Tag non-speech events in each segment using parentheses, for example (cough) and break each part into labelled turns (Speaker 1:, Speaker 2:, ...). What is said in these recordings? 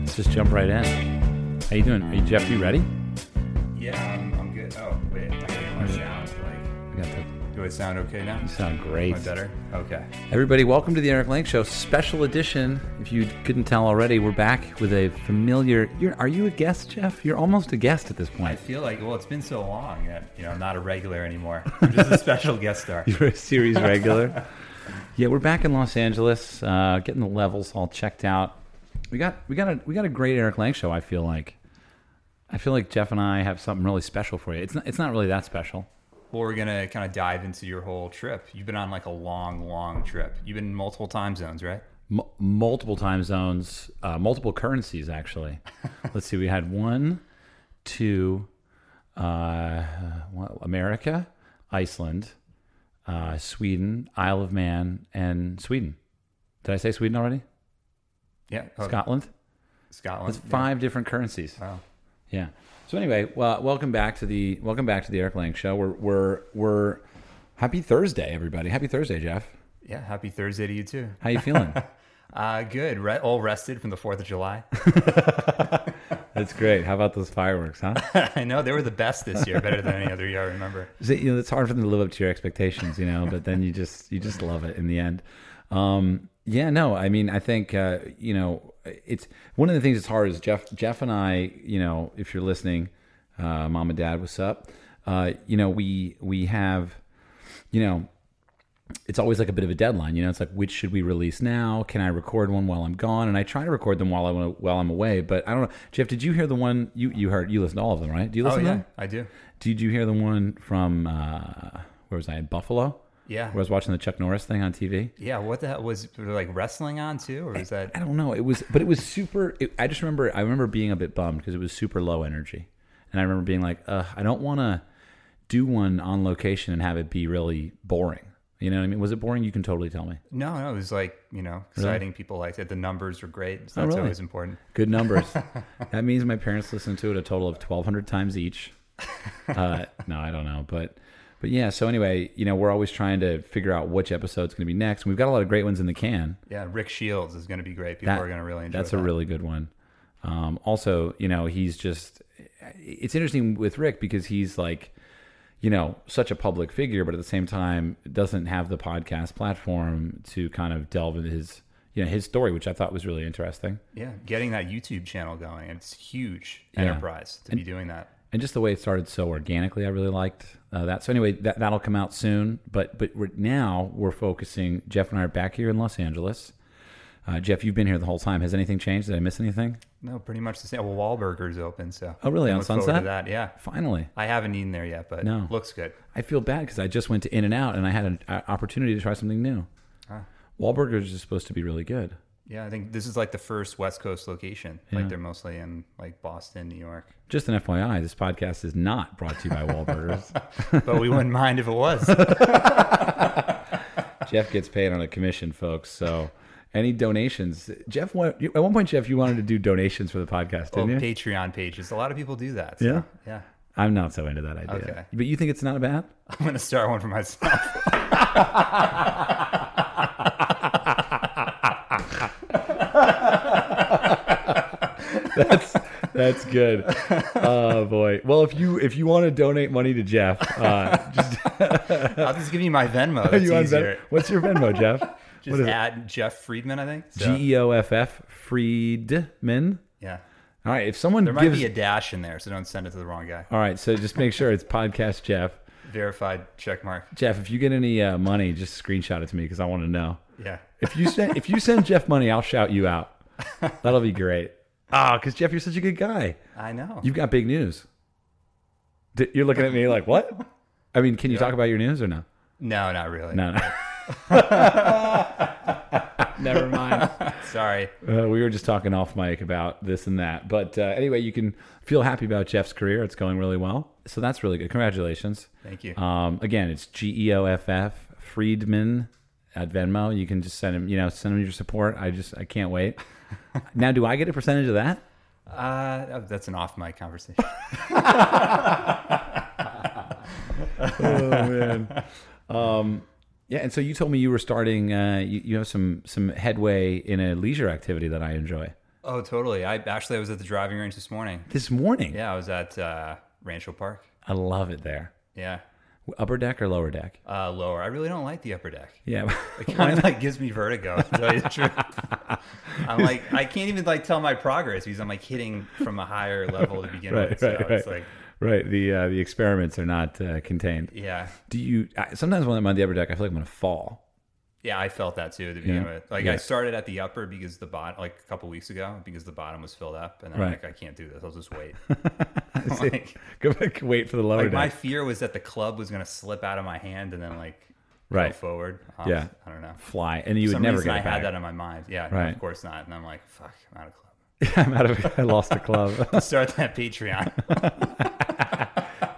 Speaker 1: let's just jump right in. How you doing? Are you Jeff? You ready?
Speaker 2: Yeah, I'm, I'm good. Oh, wait. I got my
Speaker 1: Is it-
Speaker 2: sound. Like,
Speaker 1: We got the,
Speaker 2: do I sound okay now?
Speaker 1: you sound
Speaker 2: Am
Speaker 1: great.
Speaker 2: I better? Okay.
Speaker 1: Everybody, welcome to the Eric Lang Show, special edition. If you couldn't tell already, we're back with a familiar. You're, are you a guest, Jeff? You're almost a guest at this
Speaker 2: I
Speaker 1: point. (laughs)
Speaker 2: feel like, well, it's been so long that, you know, I'm not a regular
Speaker 1: (laughs)
Speaker 2: anymore. I'm just a special guest star.
Speaker 1: You're a series regular. yeah, we're back in Los Angeles, uh, getting the levels all checked out. We got we got a we got a great Eric Lang show. I feel like I feel like Jeff and I have something really special for you. It's not it's not really that special.
Speaker 2: Well, we're going to kind of dive into your whole trip. You've been on like a long, long trip. You've been in multiple time zones, right?
Speaker 1: M- multiple time zones, uh, multiple currencies actually. Let's see, we had one, two, uh, what- America, Iceland, uh, Sweden, Isle of Man, and Sweden. Did I say Sweden already?
Speaker 2: Yeah. Oh,
Speaker 1: Scotland.
Speaker 2: Scotland. Oh,
Speaker 1: That's five different currencies.
Speaker 2: Wow.
Speaker 1: Yeah. So anyway, well, welcome back to the welcome back to the Eric Lang Show. We're we're we're happy Thursday, everybody. Happy Thursday, Jeff.
Speaker 2: Yeah. Happy Thursday to you, too.
Speaker 1: How you feeling?
Speaker 2: Uh, good. Re- all rested from the 4th of July. (laughs)
Speaker 1: That's great. How about those fireworks, huh?
Speaker 2: I know they were the best this year, better than any other year I
Speaker 1: (laughs)
Speaker 2: remember.
Speaker 1: So, you know, it's hard for them to live up to your expectations, you know, but then you just you just love it in the end. Um, yeah, no, I mean, I think uh, you know, it's one of the things that's hard is Jeff Jeff and I, you know, if you're listening, uh, mom and dad, what's up? Uh, you know, we we have, you know, it's always like a bit of a deadline. You know, it's like which should we release now? Can I record one while I'm gone? And I try to record them while I while I'm away, but I don't know. Jeff, did you hear the one you you heard? You listened to all of them, right? Do you
Speaker 2: Oh,
Speaker 1: listen to
Speaker 2: yeah.
Speaker 1: them?
Speaker 2: I do.
Speaker 1: Did you hear the one from uh, where was I in Buffalo?
Speaker 2: Yeah.
Speaker 1: Where I was watching the Chuck Norris thing on TV.
Speaker 2: Yeah, what the hell was were they, like wrestling on too, or is that
Speaker 1: I don't know. It was, but it was super. It, I just remember. I remember being a bit bummed because it was super low energy, and I remember being like, Ugh, I don't want to do one on location and have it be really boring. You know what I mean? Was it boring? You can totally tell me.
Speaker 2: no? No, it was like you know exciting. People liked it. The numbers were great. So
Speaker 1: Oh,
Speaker 2: that's
Speaker 1: really?
Speaker 2: always important.
Speaker 1: Good numbers. that means my parents listened to it a total of twelve hundred times each. Uh, no, I don't know, but but yeah. So anyway, you know, we're always trying to figure out which episode's going to be next. We've got a lot of great ones in the can.
Speaker 2: Yeah, Rick Shields is going to be great. People
Speaker 1: That-
Speaker 2: are going to really enjoy.
Speaker 1: That's
Speaker 2: that.
Speaker 1: a really good one. Um, also, you know, he's just, it's interesting with Rick because he's like, you know, such a public figure, but at the same time, doesn't have the podcast platform to kind of delve into his, you know, his story, which I thought was really interesting.
Speaker 2: yeah, getting that YouTube channel going. It's huge
Speaker 1: Yeah.
Speaker 2: enterprise to be doing that.
Speaker 1: And just the way it started so organically, I really liked uh, that. So anyway, that, that'll come out soon. But but we're, now we're focusing. Jeff and I are back here in Los Angeles. Uh, Jeff, you've been here the whole time. Has anything changed? Did I miss anything?
Speaker 2: No, pretty much the same. Well, Wahlburgers open, so
Speaker 1: Oh, really?
Speaker 2: I
Speaker 1: On
Speaker 2: look forward to
Speaker 1: Sunset?
Speaker 2: That yeah.
Speaker 1: Finally.
Speaker 2: I haven't eaten there yet, but
Speaker 1: No.
Speaker 2: looks good.
Speaker 1: I feel bad because I just went to In and Out and I had an uh, opportunity to try something new.
Speaker 2: Ah.
Speaker 1: Wahlburgers is supposed to be really good.
Speaker 2: Yeah, I think this is like the first West Coast location. Like they're mostly in like Boston,
Speaker 1: (laughs)
Speaker 2: New York.
Speaker 1: Just an FYI, this podcast is not brought to you by (laughs) Wahlburgers.
Speaker 2: But we wouldn't mind if
Speaker 1: (laughs)
Speaker 2: it was.
Speaker 1: Jeff gets paid on a commission, folks. So any donations, Jeff? wa- you- At one point, Jeff, you wanted to do donations for the podcast,
Speaker 2: Oh,
Speaker 1: didn't you?
Speaker 2: Patreon pages. A lot of people do that. so,
Speaker 1: Yeah?
Speaker 2: Yeah. (laughs)
Speaker 1: I'm not so into that idea.
Speaker 2: Okay.
Speaker 1: But you think it's not bad?
Speaker 2: I'm going to start one for myself.
Speaker 1: That's (laughs) that's good. Oh boy. Well, if you if you want to donate money to Jeff, (laughs) uh, just
Speaker 2: (laughs) I'll just give you my Venmo. That's
Speaker 1: (laughs) you on Ven-
Speaker 2: easier.
Speaker 1: what's your Venmo, (laughs) Jeff?
Speaker 2: Just at Jeff Friedman, I think. So,
Speaker 1: G E O F F Friedman.
Speaker 2: yeah.
Speaker 1: All right, if someone
Speaker 2: There might
Speaker 1: gives,
Speaker 2: be a dash in there, so don't send it to the wrong guy.
Speaker 1: all right, so just make sure it's podcast Jeff.
Speaker 2: Verified check mark.
Speaker 1: Jeff, if you get any uh, money, just screenshot it to me because I want to know.
Speaker 2: Yeah.
Speaker 1: If you send if you send Jeff money, I'll shout you out. That'll be great. Ah, because Jeff, you're such a good guy.
Speaker 2: I know.
Speaker 1: You've got big news. D- You're looking at me like what? I mean, can you talk about your news or no?
Speaker 2: no, not really.
Speaker 1: No, no.
Speaker 2: (laughs)
Speaker 1: Never mind.
Speaker 2: Sorry.
Speaker 1: Uh, we were just talking off mic about this and that. But uh, anyway, you can feel happy about Jeff's career. It's going really well. So that's really good. Congratulations.
Speaker 2: Thank you.
Speaker 1: Um, again, it's G E O F F Friedman at Venmo. You can just send him, you know, send him your support. I just, I can't (laughs) wait. now, do I get a percentage of that?
Speaker 2: Uh, oh, that's an off mic conversation. (laughs)
Speaker 1: Oh man. (laughs) um, yeah, and so you told me you were starting. Uh, you, you have some some headway in a leisure activity that I enjoy.
Speaker 2: Oh, totally. I actually I was at the driving range this morning.
Speaker 1: This morning,
Speaker 2: Yeah, I was at uh, Rancho Park.
Speaker 1: I love it there.
Speaker 2: Yeah,
Speaker 1: Upper deck or lower deck?
Speaker 2: uh, lower. I really don't like the upper deck.
Speaker 1: Yeah. (laughs)
Speaker 2: It kind of like gives me vertigo. To tell you the truth,
Speaker 1: (laughs)
Speaker 2: I'm like I can't even like tell my progress because I'm like hitting from a higher level to begin
Speaker 1: Right,
Speaker 2: with. So
Speaker 1: right,
Speaker 2: it's
Speaker 1: right.
Speaker 2: like
Speaker 1: right. The uh, the experiments are not uh, contained.
Speaker 2: yeah,
Speaker 1: Do you I, sometimes when I'm on the upper deck, I feel like I'm gonna fall. (laughs)
Speaker 2: yeah. I felt that too to begin
Speaker 1: Yeah.
Speaker 2: with. Like
Speaker 1: Yeah.
Speaker 2: I started at the upper because the bottom, like a couple weeks ago, because the bottom was filled up, and I'm
Speaker 1: Right.
Speaker 2: like I can't do this. I'll just
Speaker 1: (laughs)
Speaker 2: wait. (laughs)
Speaker 1: See?
Speaker 2: like,
Speaker 1: Go back, wait for the lower
Speaker 2: like, my
Speaker 1: deck.
Speaker 2: fear was that the club was gonna slip out of my hand and then like go
Speaker 1: right,
Speaker 2: forward. Um,
Speaker 1: Yeah.
Speaker 2: I don't know.
Speaker 1: fly, and you
Speaker 2: For
Speaker 1: would
Speaker 2: some
Speaker 1: never
Speaker 2: reason,
Speaker 1: get
Speaker 2: I
Speaker 1: it back.
Speaker 2: had that in my mind. Yeah, no,
Speaker 1: Right.
Speaker 2: of course not. And I'm like, fuck, I'm out of
Speaker 1: (laughs)
Speaker 2: club.
Speaker 1: I'm out of. I lost a
Speaker 2: (laughs)
Speaker 1: club.
Speaker 2: Start that Patreon.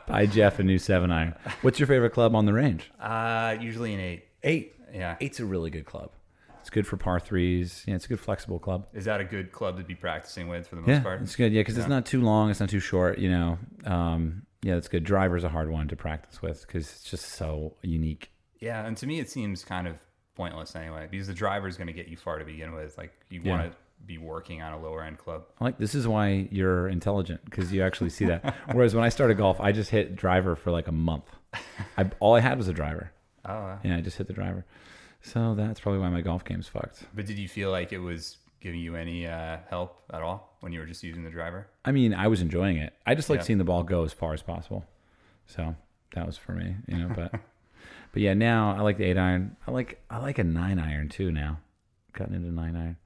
Speaker 1: Buy Jeff a new seven iron. What's your favorite club on the range?
Speaker 2: Uh, usually an eight.
Speaker 1: Eight.
Speaker 2: Yeah.
Speaker 1: Eight's a really good club. It's good for par threes. Yeah, it's a good flexible club.
Speaker 2: Is that a good club to be practicing with for the most
Speaker 1: Yeah,
Speaker 2: part?
Speaker 1: it's good. Yeah, because it's not too long. It's not too short. You know. Um, yeah, it's good. Driver's a hard one to practice with because it's just so unique.
Speaker 2: Yeah. And to me, it seems kind of pointless anyway because the driver's going to get you far to begin with. Like, you
Speaker 1: Yeah.
Speaker 2: want to be working on a lower end club.
Speaker 1: I like this is why you're intelligent because you actually see that. (laughs) Whereas when I started golf, I just hit driver for like a month. I, all I had was a driver.
Speaker 2: Oh, uh,
Speaker 1: Yeah, I just hit the driver. So that's probably why my golf game's fucked.
Speaker 2: but did you feel like it was giving you any uh, help at all when you were just using the driver?
Speaker 1: I mean, I was enjoying it. I just like
Speaker 2: Yeah.
Speaker 1: seeing the ball go as far as possible. So that was for me, you know.
Speaker 2: (laughs)
Speaker 1: But but yeah, now I like the eight iron. I like I like a nine iron too. Now, gotten into nine iron.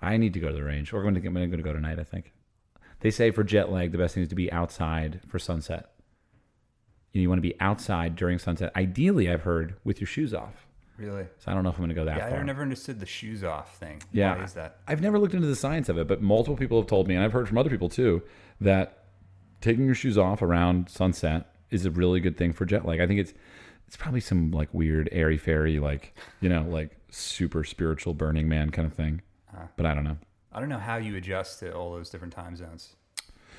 Speaker 1: I need to go to the range. We're going to I'm going to go tonight. I think they say for jet lag, the best thing is to be outside for sunset. You, know, you want to be outside during sunset. Ideally, I've heard with your shoes off.
Speaker 2: Really?
Speaker 1: So I don't know if I'm going to go that
Speaker 2: Yeah, I
Speaker 1: far.
Speaker 2: never understood the shoes off thing.
Speaker 1: Yeah.
Speaker 2: Why is that?
Speaker 1: I've never looked into the science of it, but multiple people have told me, and I've heard from other people too, that taking your shoes off around sunset is a really good thing for jet lag. I think it's it's probably some like weird airy fairy, like you know, like super spiritual Burning Man kind of thing. But I don't know.
Speaker 2: I don't know how you adjust to all those different time zones.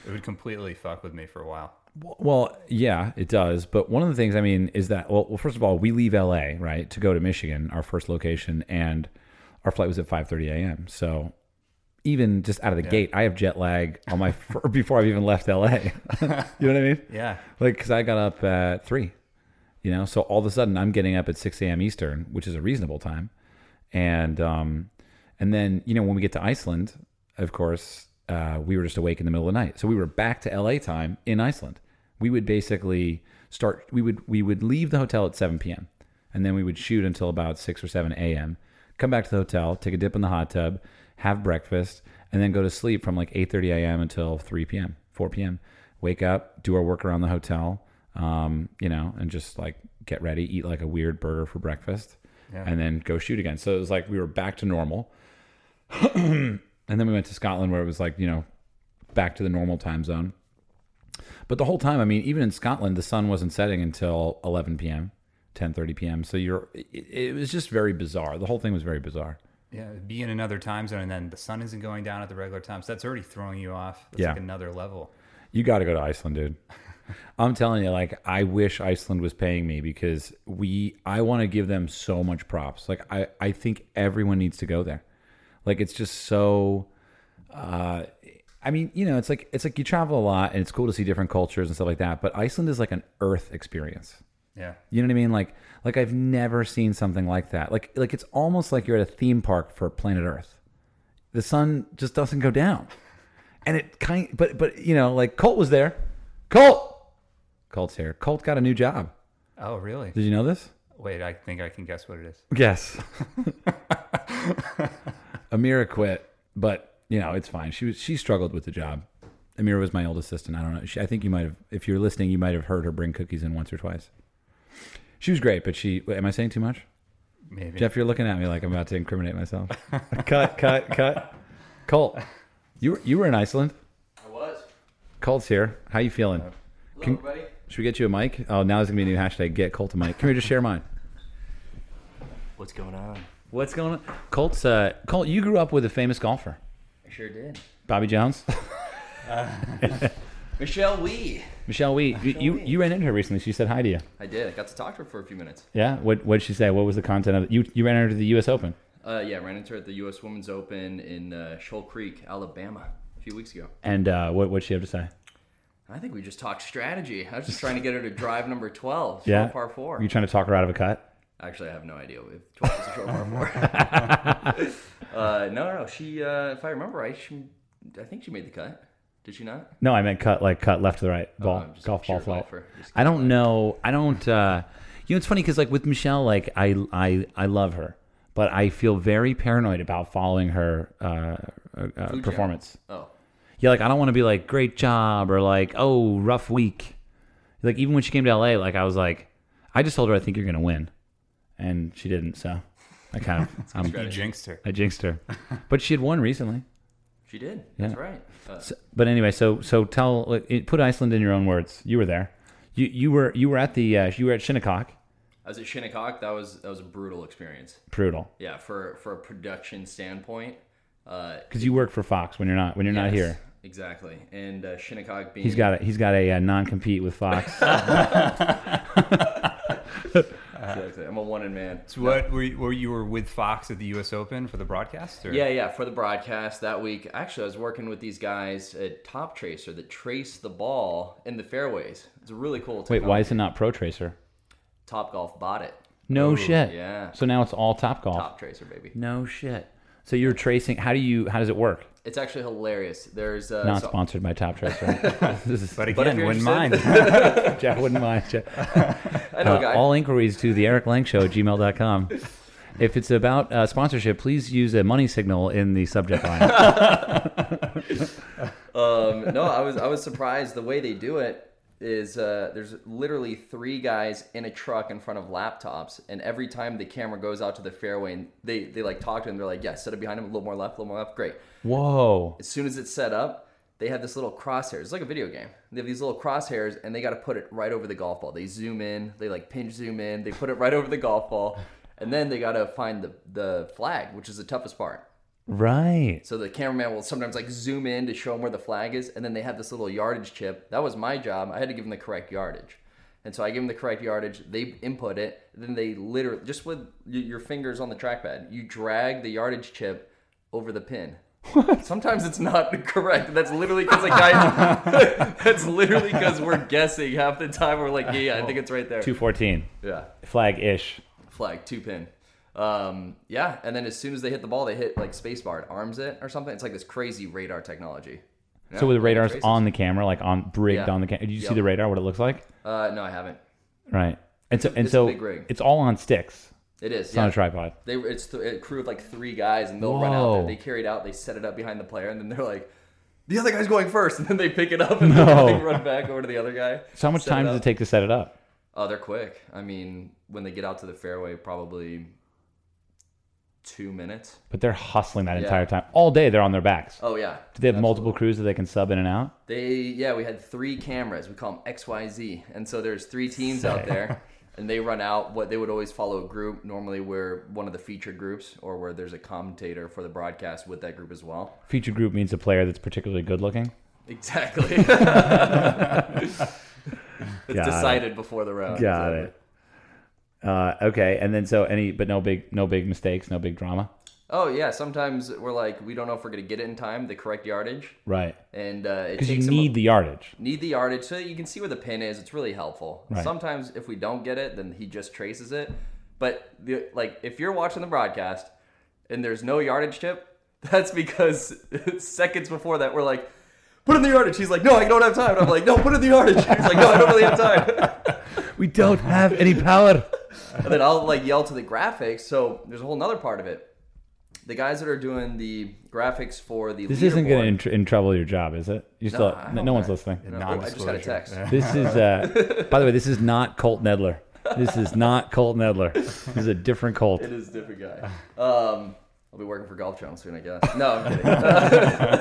Speaker 2: It would completely fuck with me for a while.
Speaker 1: Well, yeah, it does. But one of the things I mean is that well, well first of all, we leave LA right to go to Michigan, our first location, and our flight was at 5:30 a.m. So even just out of the gate, I have jet lag on my fir- (laughs) before I've even left LA. (laughs) you know what I mean?
Speaker 2: Yeah.
Speaker 1: Like, because I got up at three, you know, so all of a sudden I'm getting up at 6 a.m. Eastern, which is a reasonable time. And, um, and then, you know, when we get to Iceland, of course, uh, we were just awake in the middle of the night. So we were back to LA time in Iceland. We would basically start, we would, we would leave the hotel at 7 p.m. and then we would shoot until about 6 or 7 a.m., come back to the hotel, take a dip in the hot tub, have breakfast, and then go to sleep from like 8.30 a.m. until 3 p.m., 4 p.m wake up, do our work around the hotel, um, you know, and just like get ready, eat like a weird burger for breakfast, and then go shoot again. So it was like we were back to normal. (clears throat) and then we went to Scotland where it was like, you know, back to the normal time zone. But the whole time, I mean, even in Scotland, the sun wasn't setting until 11 p.m., 10:30 p.m. So you're it, it was just very bizarre. The whole thing was very bizarre.
Speaker 2: Yeah, be in another time zone, and then the sun isn't going down at the regular time, so that's already throwing you off. That's
Speaker 1: Yeah.
Speaker 2: like another level.
Speaker 1: You got to go to Iceland, dude. I'm telling you, like, I wish Iceland was paying me because we, I want to give them so much props. Like, I, I think everyone needs to go there. Like, it's just so, uh, I mean, you know, it's like, it's like you travel a lot and it's cool to see different cultures and stuff like that. But Iceland is like an earth experience.
Speaker 2: Yeah,
Speaker 1: You know what I mean? Like, like I've never seen something like that. Like, like it's almost like you're at a theme park for planet Earth. The sun just doesn't go down, and it kind. But but you know, like Colt was there. Colt, Colt's here. Colt got a new job.
Speaker 2: Oh, really?
Speaker 1: Did you know this?
Speaker 2: Wait, I think I can guess what it is.
Speaker 1: Yes. (laughs) Amira quit, but you know it's fine. She was she struggled with the job. Amira was my old assistant. I don't know. She, I think you might have, if you're listening, you might have heard her bring cookies in once or twice. She was great, but she. Am I saying too much?
Speaker 2: Maybe.
Speaker 1: Jeff, you're looking at me like I'm about to incriminate myself. (laughs) cut, cut, cut. Colt, you were, you were in Iceland.
Speaker 3: I was.
Speaker 1: Colt's here. How you feeling?
Speaker 3: Hello,
Speaker 1: Can-
Speaker 3: everybody.
Speaker 1: Should we get you a mic? Oh, now there's gonna be a new hashtag. Get Colt a mic. Come here, just share mine.
Speaker 3: What's going on?
Speaker 1: What's going on? Colt's. Uh, Colt, you grew up with a famous golfer,
Speaker 3: I sure did.
Speaker 1: Bobby (laughs) Jones,
Speaker 3: Michelle Wee.
Speaker 1: Michelle Wee. You, you
Speaker 3: Wee.
Speaker 1: you ran into her recently. She said hi to you.
Speaker 3: I did. I got to talk to her for a few minutes.
Speaker 1: Yeah. What what did she say? What was the content of it? You you ran into the U.S. Open.
Speaker 3: Uh, yeah, ran into her at the U.S. Women's Open in uh, Shoal Creek, Alabama, a few weeks ago.
Speaker 1: And uh, what what she have to say?
Speaker 3: I think we just talked strategy. I was just trying to get her to drive number
Speaker 1: (laughs)
Speaker 3: 12,
Speaker 1: Yeah,
Speaker 3: short par 4.
Speaker 1: You trying to talk her out of a cut?
Speaker 3: Actually, I have no idea if 12 is a short par
Speaker 1: (laughs)
Speaker 3: 4. uh, no, no, she, uh, if I remember right, she, I think she made the cut. Did she not?
Speaker 1: No, I meant cut like cut left to the right ball
Speaker 3: Oh, just
Speaker 1: golf
Speaker 3: pure
Speaker 1: ball flight.
Speaker 3: golfer. Just-
Speaker 1: I don't know. I don't. Uh, you know, it's funny because like with Michelle, like I I I love her, but I feel very paranoid about following her uh, uh, uh, performance.
Speaker 3: Oh,
Speaker 1: Yeah, like I don't want to be like great job or like oh rough week. Like even when she came to LA, like I was like, I just told her I think you're gonna win, and she didn't. So I kind
Speaker 3: (laughs)
Speaker 1: of
Speaker 2: You
Speaker 1: I'm,
Speaker 2: jinxed her.
Speaker 1: I jinxed her, but she had won recently.
Speaker 3: she did.
Speaker 1: Yeah.
Speaker 3: That's right. Uh,
Speaker 1: So, but anyway, so so tell like, it- put Iceland in your own words. You were there. You you were you were at the uh, you were at Shinnecock.
Speaker 3: I was at Shinnecock. That was, that was a brutal experience.
Speaker 1: Brutal,
Speaker 3: Yeah, for, for a production standpoint. Uh,
Speaker 1: because you work for Fox when you're not when you're not
Speaker 3: yes,
Speaker 1: here.
Speaker 3: Exactly. And uh, Shinnecock being.
Speaker 1: He's got a, he's got a, uh non compete with
Speaker 3: (laughs)
Speaker 1: Fox.
Speaker 3: Exactly. I'm a one and man.
Speaker 2: So what were you, were you were with Fox at the U.S. Open for the broadcast? Or?
Speaker 3: Yeah, yeah. For the broadcast that week, actually, I was working with these guys at Top Tracer that trace the ball in the fairways. It's a really cool.
Speaker 1: Wait, why
Speaker 3: technology.
Speaker 1: is it not Pro Tracer?
Speaker 3: Top Golf bought it?
Speaker 1: No shit.
Speaker 3: yeah.
Speaker 1: So now it's all Top Golf.
Speaker 3: Top Tracer, baby.
Speaker 1: No shit. So you're tracing. How do you? How does it work?
Speaker 3: It's actually hilarious. There's uh,
Speaker 1: Not
Speaker 3: so-
Speaker 1: sponsored by Top
Speaker 3: (laughs)
Speaker 1: Tracer. (laughs) this is
Speaker 2: But
Speaker 3: But if
Speaker 2: again,
Speaker 3: you're
Speaker 1: (laughs)
Speaker 2: wouldn't mind.
Speaker 3: interested-
Speaker 1: Jeff wouldn't mind. Jeff.
Speaker 3: (laughs) I know,
Speaker 1: Uh,
Speaker 3: guy.
Speaker 1: all inquiries to the Eric Lang Show at gmail.com. If it's about uh, sponsorship, please use a money signal in the subject
Speaker 3: (laughs)
Speaker 1: line.
Speaker 3: Um, no, I was I was surprised the way they do it is uh, there's literally three guys in a truck in front of laptops, and every time the camera goes out to the fairway, and they they like talk to him. They're like, "Yeah, set it behind him. A little more left. A little more left. Great."
Speaker 1: Whoa.
Speaker 3: as soon as it's set up, they have this little crosshairs. It's like a video game. They have these little crosshairs, and they got to put it right over the golf ball. They zoom in, they like pinch zoom in, they put it right over the golf ball, and then they got to find the the flag, which is the toughest part.
Speaker 1: Right.
Speaker 3: So the cameraman will sometimes like zoom in to show them where the flag is, and then they have this little yardage chip. That was my job. I had to give them the correct yardage. And so I give them the correct yardage. They input it. Then they literally just with y- your fingers on the trackpad, you drag the yardage chip over the pin. Sometimes it's not (laughs) correct. That's literally because a guy. (laughs) that's literally because we're guessing half the time. We're like, yeah, yeah, I think it's right there.
Speaker 1: 214.
Speaker 3: Yeah
Speaker 1: Flag ish.
Speaker 3: flag, two pin. Um, yeah, and then as soon as they hit the ball, they hit like spacebar, it arms it or something. It's like this crazy radar technology.
Speaker 1: So with the radar's
Speaker 3: traces.
Speaker 1: on the camera, like on rigged
Speaker 3: Yeah.
Speaker 1: on the camera. Did you see
Speaker 3: Yep.
Speaker 1: the radar, what it looks like?
Speaker 3: Uh, no, I haven't.
Speaker 1: Right. And so, and
Speaker 3: it's a
Speaker 1: so
Speaker 3: big rig.
Speaker 1: it's all on sticks.
Speaker 3: It is.
Speaker 1: It's on
Speaker 3: Yeah.
Speaker 1: a tripod.
Speaker 3: They were- it's th- a crew of like three guys, and they'll run out.
Speaker 1: Whoa.
Speaker 3: There. They carry it out. They set it up behind the player, and then they're like, the other guy's going first, (laughs) and then they pick it up and
Speaker 1: No.
Speaker 3: they run back over to the other guy.
Speaker 1: So how much
Speaker 3: set
Speaker 1: time does it
Speaker 3: up.
Speaker 1: take to set it up?
Speaker 3: Oh, they're quick. I mean, when they get out to the fairway, probably two minutes.
Speaker 1: But they're hustling that
Speaker 3: Yeah.
Speaker 1: entire time. All day they're on their backs.
Speaker 3: Oh yeah.
Speaker 1: Do they have multiple crews that they can sub in and out?
Speaker 3: They yeah, we had three cameras. We call them XYZ. And so there's three teams out there and they run out what they would always follow a group. Normally we're one of the featured groups or where there's a commentator for the broadcast with that group as well.
Speaker 1: Feature group means a player that's particularly good looking.
Speaker 3: Exactly. (laughs) it's
Speaker 1: Got it.
Speaker 3: decided before the round.
Speaker 1: (laughs) Got
Speaker 3: Exactly.
Speaker 1: it. Uh, okay, and then so any, but no big, no big mistakes, no big drama.
Speaker 3: Oh yeah, sometimes we're like we don't know if we're going to get it in time, the correct yardage.
Speaker 1: Right,
Speaker 3: And uh, it
Speaker 1: because you
Speaker 3: takes them a-
Speaker 1: need the yardage.
Speaker 3: need the yardage so that you can see where the pin is. It's really helpful. Sometimes if we don't get it, then he just traces it. But the, like if you're watching the broadcast and there's no yardage tip, (laughs) that's because (laughs) seconds before that we're like, put in the yardage. He's like, no, I don't have time. And I'm like, no, put in the yardage. He's like, no, I don't really have time. (laughs)
Speaker 1: We don't have any power.
Speaker 3: and then I'll like yell to the graphics. So there's a whole nother part of it. The guys that are doing the graphics for the
Speaker 1: This isn't
Speaker 3: leaderboard-
Speaker 1: going to in trouble your job, is it? You still,
Speaker 3: I
Speaker 1: no,
Speaker 3: don't
Speaker 1: no one's
Speaker 3: care.
Speaker 1: listening.
Speaker 3: No, I just got a
Speaker 2: Non-disclosure.
Speaker 3: text.
Speaker 2: Yeah.
Speaker 1: This is, uh, by the way, this is not Colt Nedler. This is not Colt Nedler. This is a different Colt.
Speaker 3: It is a different guy. Um, I'll be working for Golf Channel soon, I guess. No, I'm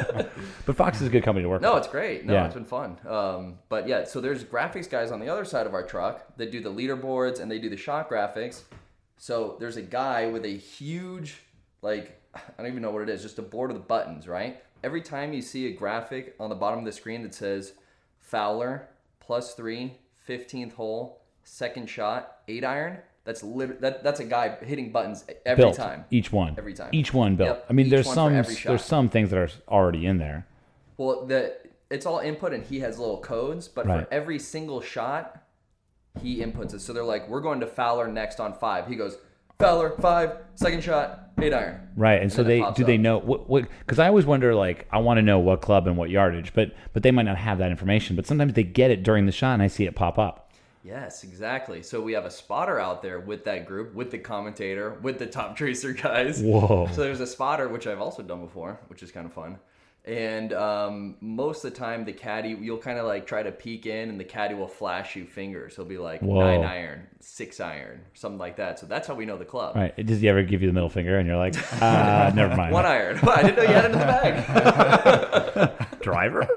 Speaker 3: kidding.
Speaker 1: But Fox is a good company to work.
Speaker 3: no,
Speaker 1: with.
Speaker 3: it's great. No,
Speaker 1: Yeah.
Speaker 3: it's been fun. Um, but yeah, so there's graphics guys on the other side of our truck that do the leaderboards and they do the shot graphics. So there's a guy with a huge, like, I don't even know what it is, just a board of the buttons, right? Every time you see a graphic on the bottom of the screen that says Fowler, plus three, 15th hole, second shot, eight iron, That's lit- that, that's a guy hitting buttons every
Speaker 1: built
Speaker 3: time.
Speaker 1: each one
Speaker 3: Every time.
Speaker 1: each one built
Speaker 3: Yep,
Speaker 1: i mean
Speaker 3: each
Speaker 1: there's
Speaker 3: one for
Speaker 1: some
Speaker 3: every shot.
Speaker 1: there's some things that are already in there
Speaker 3: Well, the it's all input, and he has little codes. But
Speaker 1: Right.
Speaker 3: for every single shot, he inputs it. So they're like, "We're going to Fowler next on five. He goes Fowler five, second shot, eight iron.
Speaker 1: right and so
Speaker 3: then it
Speaker 1: they
Speaker 3: pops
Speaker 1: do they
Speaker 3: up.
Speaker 1: know what what because i always wonder like i want to know what club and what yardage but but they might not have that information but sometimes they get it during the shot and i see it pop up
Speaker 3: Yes, exactly. So we have a spotter out there with that group, with the commentator, with the top (laughs) tracer guys.
Speaker 1: Whoa.
Speaker 3: So there's a spotter, which I've also done before, which is kind of fun. And um, most of the time, the caddy, you'll kind of like try to peek in, and the caddy will flash you fingers. He'll be like
Speaker 1: Whoa.
Speaker 3: nine iron, six iron, something like that. So that's how we know the club.
Speaker 1: right does he ever give you the middle finger and you're
Speaker 3: (laughs)
Speaker 1: like uh, never mind
Speaker 3: One iron. (laughs) I didn't know you had it in the bag.
Speaker 1: driver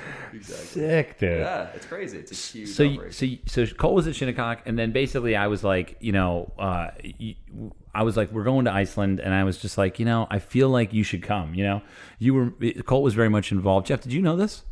Speaker 1: (laughs) sick dude
Speaker 3: yeah, it's crazy. It's a huge
Speaker 1: so you,
Speaker 3: operation.
Speaker 1: so you- so Cole was at Shinnecock, and then basically I was like, you know, uh, y- I was like, we're going to Iceland, and I was just like, you know, I feel like you should come. You know, you were Cole was very much involved. Jeff, did you know this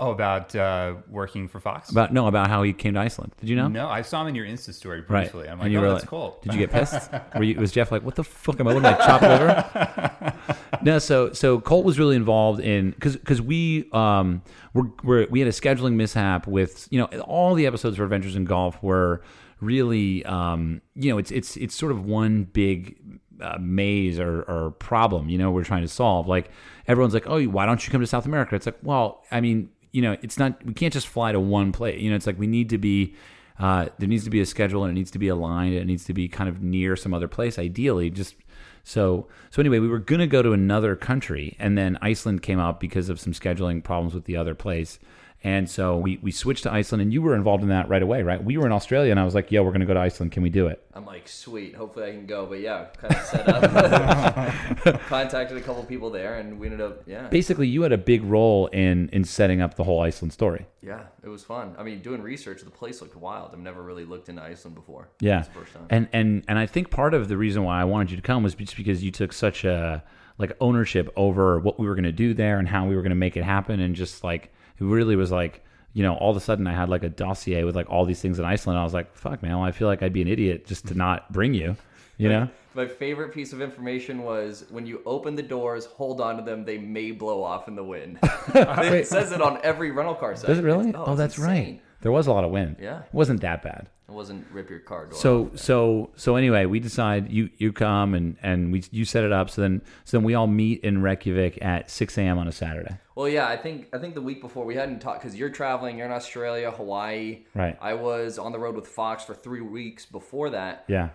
Speaker 2: Oh, about uh, working for Fox?
Speaker 1: about no about how he came to Iceland? Did you know?
Speaker 2: no, I saw him in your Insta story
Speaker 1: Right,
Speaker 2: briefly. I'm
Speaker 1: And
Speaker 2: like,
Speaker 1: you
Speaker 2: oh,
Speaker 1: were
Speaker 2: that's
Speaker 1: like-
Speaker 2: cold.
Speaker 1: Did you get
Speaker 2: (laughs)
Speaker 1: pissed? Were you, was Jeff like, "What the fuck am I looking at chopped liver?" no, so so Colt was really involved in because because we um were, were we had a scheduling mishap with you know all the episodes for Adventures in Golf were really um you know it's it's it's sort of one big uh, maze or, or problem you know we're trying to solve like everyone's like oh why don't you come to south america it's like well i mean you know it's not we can't just fly to one place you know it's like we need to be uh, there needs to be a schedule and it needs to be aligned and it needs to be kind of near some other place ideally just so so anyway we were going to go to another country and then iceland came up because of some scheduling problems with the other place and so we, we switched to iceland and you were involved in that right away right we were in australia and i was like yo we're going to go to iceland can we do it
Speaker 3: I'm like, sweet. Hopefully I can go. But yeah, kind of set up.
Speaker 1: (laughs)
Speaker 3: Contacted a couple people there, and we ended up, yeah.
Speaker 1: basically you had a big role in in setting up the whole iceland story
Speaker 3: Yeah, it was fun. I mean, doing research, the place looked wild. I've never really looked into Iceland before.
Speaker 1: yeah
Speaker 3: It's the first time.
Speaker 1: and and and i think part of the reason why i wanted you to come was just because you took such a like ownership over what we were going to do there and how we were going to make it happen and just like it really was like you know all of a sudden i had like a dossier with like all these things in iceland i was like fuck man well, i feel like i'd be an idiot just to not bring you you know
Speaker 3: My favorite piece of information was when you open the doors, hold on to them, they may blow off in the
Speaker 1: (laughs)
Speaker 3: wind. (laughs) it says it on every rental car site.
Speaker 1: does it really
Speaker 3: It's-
Speaker 1: oh,
Speaker 3: it's
Speaker 1: that's right
Speaker 3: insane.
Speaker 1: there was a lot of wind
Speaker 3: Yeah.
Speaker 1: it wasn't that bad
Speaker 3: It wasn't rip your car door.
Speaker 1: So so so anyway, we decide you you come and and we you set it up. So then so then we all meet in Reykjavik at six a.m. on a Saturday.
Speaker 3: Well, yeah, I think I think the week before we hadn't talked because you're traveling. You're in Australia, Hawaii.
Speaker 1: Right.
Speaker 3: I was on the road with Fox for three weeks before that.
Speaker 1: Yeah,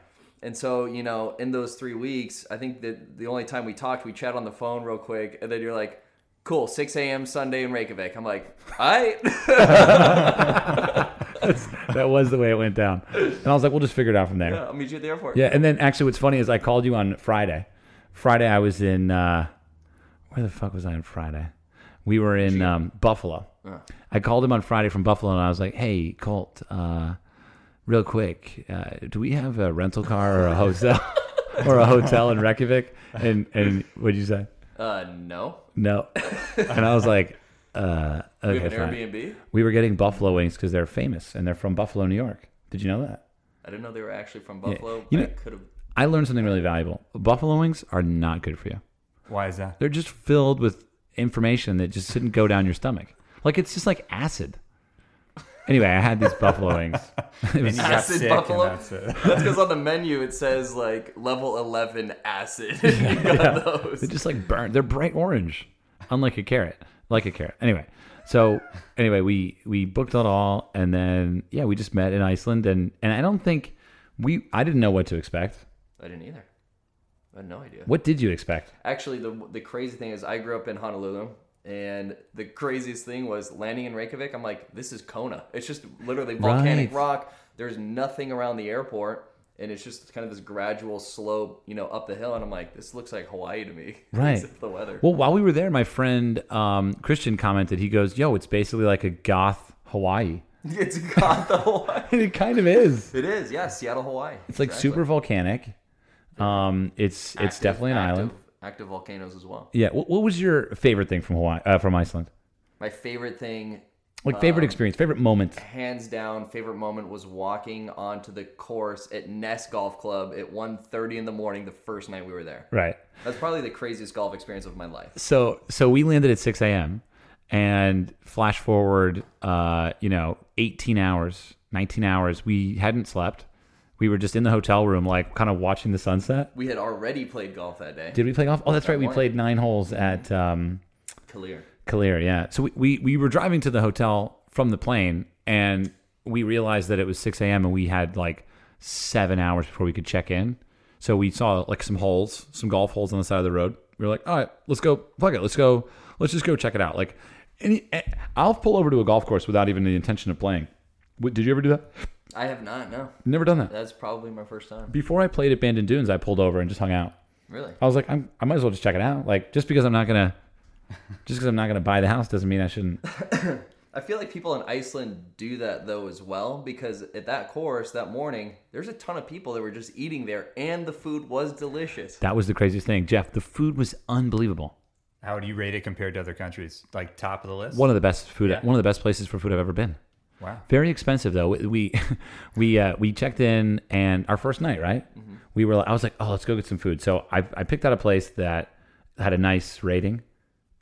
Speaker 3: And so, you know, in those three weeks, I think that the only time we talked, we chat on the phone real quick, and then you're like, "Cool, 6 a.m. Sunday in Reykjavik." I'm like, "All right."
Speaker 1: that was the way it went down. And I was like, we'll just figure it out from there. Yeah.
Speaker 3: (laughs) I'll meet you at the airport."
Speaker 1: and then actually, what's funny is I called you on Friday. Friday, I was in uh, where the fuck was I on Friday? We were in um, Buffalo. I called him on Friday from Buffalo, and I was like, hey Colt, uh, real quick, uh, do we have a rental car or a hotel (laughs) or a hotel in Reykjavik? And and what'd you say?
Speaker 3: Uh, no.
Speaker 1: No. and I was like, uh,
Speaker 3: We
Speaker 1: okay,
Speaker 3: have an
Speaker 1: fine.
Speaker 3: Airbnb.
Speaker 1: We were getting buffalo wings because they're famous and they're from Buffalo, New York. Did you know that?
Speaker 3: I didn't know they were actually from Buffalo.
Speaker 1: You know-
Speaker 3: I could have.
Speaker 1: I learned something really valuable. Buffalo wings are not good for you.
Speaker 2: Why is that?
Speaker 1: They're just filled with information that just didn't go down your stomach. Like it's just like acid. Anyway, I had these buffalo wings. It was-
Speaker 2: And you got
Speaker 3: Acid
Speaker 2: sick, and
Speaker 3: buffalo?
Speaker 2: that's it.
Speaker 3: (laughs) That's because on the menu it says like level 11 acid.
Speaker 2: (laughs)
Speaker 3: (laughs) you got
Speaker 1: They
Speaker 3: those.
Speaker 1: just like burn. They're bright orange, unlike a carrot, like a carrot. Anyway, so anyway, we we booked it all, and then yeah, we just met in Iceland, and and I don't think we I didn't know what to expect.
Speaker 3: I didn't either. I had no idea.
Speaker 1: What did you expect?
Speaker 3: Actually, the the crazy thing is, I grew up in Honolulu, and the craziest thing was landing in Reykjavik. I'm like, this is Kona. It's just literally volcanic
Speaker 1: Right.
Speaker 3: rock. There's nothing around the airport, and it's just kind of this gradual slope, you know, up the hill. And I'm like, this looks like Hawaii to me. (laughs)
Speaker 1: Right.
Speaker 3: Except for the weather.
Speaker 1: Well, while we were there, my friend um, Christian commented. He goes, "Yo, it's basically like a goth Hawaii."
Speaker 3: (laughs) it's got the Hawaii.
Speaker 1: And (laughs) it kind of is.
Speaker 3: It is, yeah, Seattle, Hawaii.
Speaker 1: It's like super volcanic. Um, it's it's definitely an island.
Speaker 3: Active volcanoes as well.
Speaker 1: Yeah. What, what was your favorite thing from Hawaii? Uh, from Iceland?
Speaker 3: My favorite thing
Speaker 1: Like favorite experience, favorite moment.
Speaker 3: hands down favorite moment was walking onto the course at Ness Golf Club at 1.30 in the morning the first night we were there.
Speaker 1: Right.
Speaker 3: That's probably the craziest golf experience of my life.
Speaker 1: So so we landed at six a.m. and flash forward, uh, you know, eighteen hours, nineteen hours. We hadn't slept. We were just in the hotel room, like kind of watching the sunset.
Speaker 3: We had already played golf that day.
Speaker 1: Did we play golf? Oh, that's right. We played nine holes at um,
Speaker 3: Clear.
Speaker 1: Clear, yeah. So we, we, we were driving to the hotel from the plane and we realized that it was 6 a.m. and we had like seven hours before we could check in. So we saw like some holes, some golf holes on the side of the road. We were like, all right, let's go, fuck it, let's go, let's just go check it out. Like, any, eh, I'll pull over to a golf course without even the intention of playing. What, did you ever do that?
Speaker 3: I have not, no.
Speaker 1: Never done that.
Speaker 3: That's probably my first time.
Speaker 1: Before I played at Bandon Dunes, I pulled over and just hung out.
Speaker 3: Really?
Speaker 1: I was like, I'm, I might as well just check it out. Like, just because I'm not gonna, just because I'm not gonna buy the house doesn't mean I shouldn't
Speaker 3: I feel like people in Iceland do that though as well because at that course that morning, there's a ton of people that were just eating there and the food was delicious. (laughs)
Speaker 1: That was the craziest thing, Jeff. The food was unbelievable.
Speaker 2: How would you rate it compared to other countries? Like top of the list?
Speaker 1: One of the best food. One of the best places for food I've ever been.
Speaker 2: Wow.
Speaker 1: Very expensive though. We (laughs) we uh, we checked in and our first night, right? We were. I was like, oh, let's go get some food. So I I picked out a place that had a nice rating.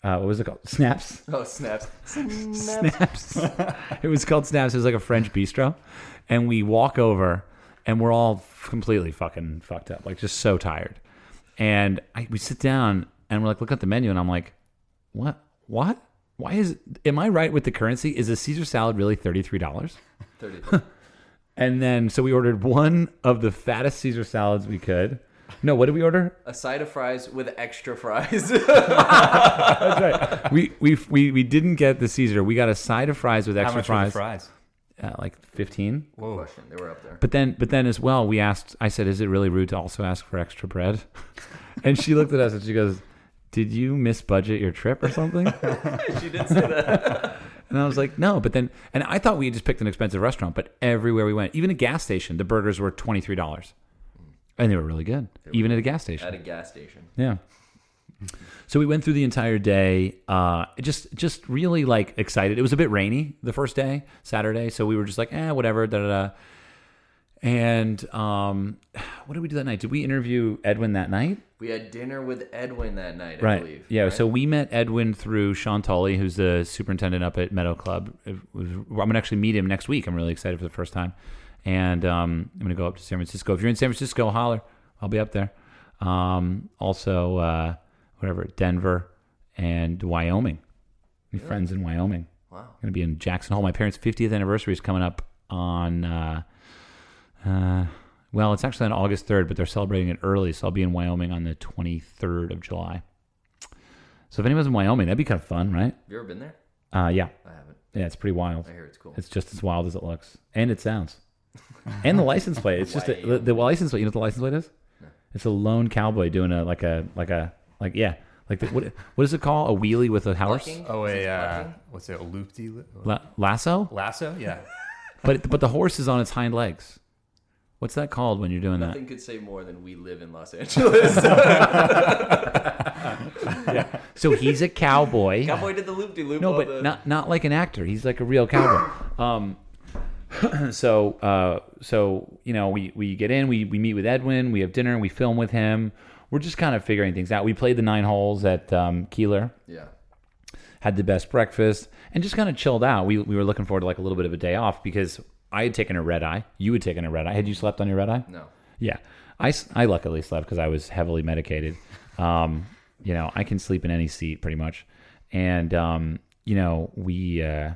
Speaker 1: Uh, what was it called? Snaps.
Speaker 3: Oh, snaps.
Speaker 1: Snaps. it was called Snaps. It was like a French bistro, and we walk over, and we're all completely fucking fucked up, like just so tired. And I, we sit down, and we're like looking at the menu, and I'm like, what? What? Why is? Am I right with the currency? Is a Caesar salad really thirty three dollars? (laughs)
Speaker 3: 30.
Speaker 1: And then so we ordered one of the fattest Caesar salads we could. No, what did we order?
Speaker 3: A side of fries with extra fries.
Speaker 1: we, we we we didn't get the Caesar. We got a side of fries with
Speaker 2: How
Speaker 1: extra
Speaker 2: much fries. were the
Speaker 1: fries,
Speaker 2: fries?
Speaker 1: Uh, like fifteen.
Speaker 2: Whoa.
Speaker 3: Question. (laughs) They were up there.
Speaker 1: But then, but then as well, we asked. I said, "Is it really rude to also ask for extra bread?" (laughs) and she looked at us and she goes, "Did you misbudget your trip or (laughs) something?" and
Speaker 3: she did say that.
Speaker 1: (laughs) I was like, "No." But then, and I thought we had just picked an expensive restaurant, but everywhere we went, even a gas station, the burgers were twenty three dollars, and they were really good, even at a gas station.
Speaker 3: At a gas station.
Speaker 1: Yeah. So we went through the entire day, uh, just just really like excited. It was a bit rainy the first day, Saturday, so we were just like, eh, whatever, da da da. And um, (sighs) what did we do that night? Did we interview Edwin that night?
Speaker 3: We had dinner with Edwin that night, I believe.
Speaker 1: Yeah.
Speaker 3: right?
Speaker 1: So we met Edwin through Sean Tully, who's the superintendent up at Meadow Club. It was- I'm gonna actually meet him next week. I'm really excited for the first time, and um, I'm gonna go up to San Francisco. If you're in San Francisco, holler. I'll be up there. Um, also, uh, whatever, Denver and Wyoming. Any friends in Wyoming?
Speaker 3: Wow.
Speaker 1: Gonna be in Jackson Hole. My parents' 50th anniversary is coming up on. Uh, uh, well, it's actually on August 3rd, but they're celebrating it early, so I'll be in Wyoming on the 23rd of July. So if anyone's in Wyoming, that'd be kind of fun, right?
Speaker 3: Have you ever been there?
Speaker 1: Uh, yeah,
Speaker 3: I haven't.
Speaker 1: yeah, it's pretty wild.
Speaker 3: I hear it's cool.
Speaker 1: It's just as wild as it looks, and it sounds. and the license plate, it's just a, the, the license plate. You know what the license plate is? It's a lone cowboy doing a like a like a like yeah like the, what what is it called? A wheelie with a horse
Speaker 3: Bucking?
Speaker 2: Oh,
Speaker 3: Is
Speaker 2: a,
Speaker 3: it
Speaker 2: uh,
Speaker 3: bucking?
Speaker 2: what's it, a loop de loop?
Speaker 1: La- lasso,
Speaker 2: Lasso?
Speaker 1: (laughs)
Speaker 2: Yeah.
Speaker 1: but but the horse is on its hind legs. What's that called when you're doing that?
Speaker 3: Nothing could say more than we live in Los (laughs) Angeles.
Speaker 1: So he's a cowboy.
Speaker 3: Cowboy did the loop de loop.
Speaker 1: No, but
Speaker 3: the...
Speaker 1: not not like an actor. He's like a real cowboy. Um, (clears throat) so uh, so you know, we we get in, we we meet with Edwin, we have dinner, we film with him. We're just kind of figuring things out. We played the nine holes at um, Keeler,
Speaker 3: Yeah.
Speaker 1: had the best breakfast, and just kind of chilled out. We we were looking forward to like a little bit of a day off because I had taken a red eye. You had taken a red eye. Had you slept on your red eye?
Speaker 3: No.
Speaker 1: Yeah, I, s- I luckily slept because I was heavily medicated. Um, you know, I can sleep in any seat pretty much, and um, you know, we uh,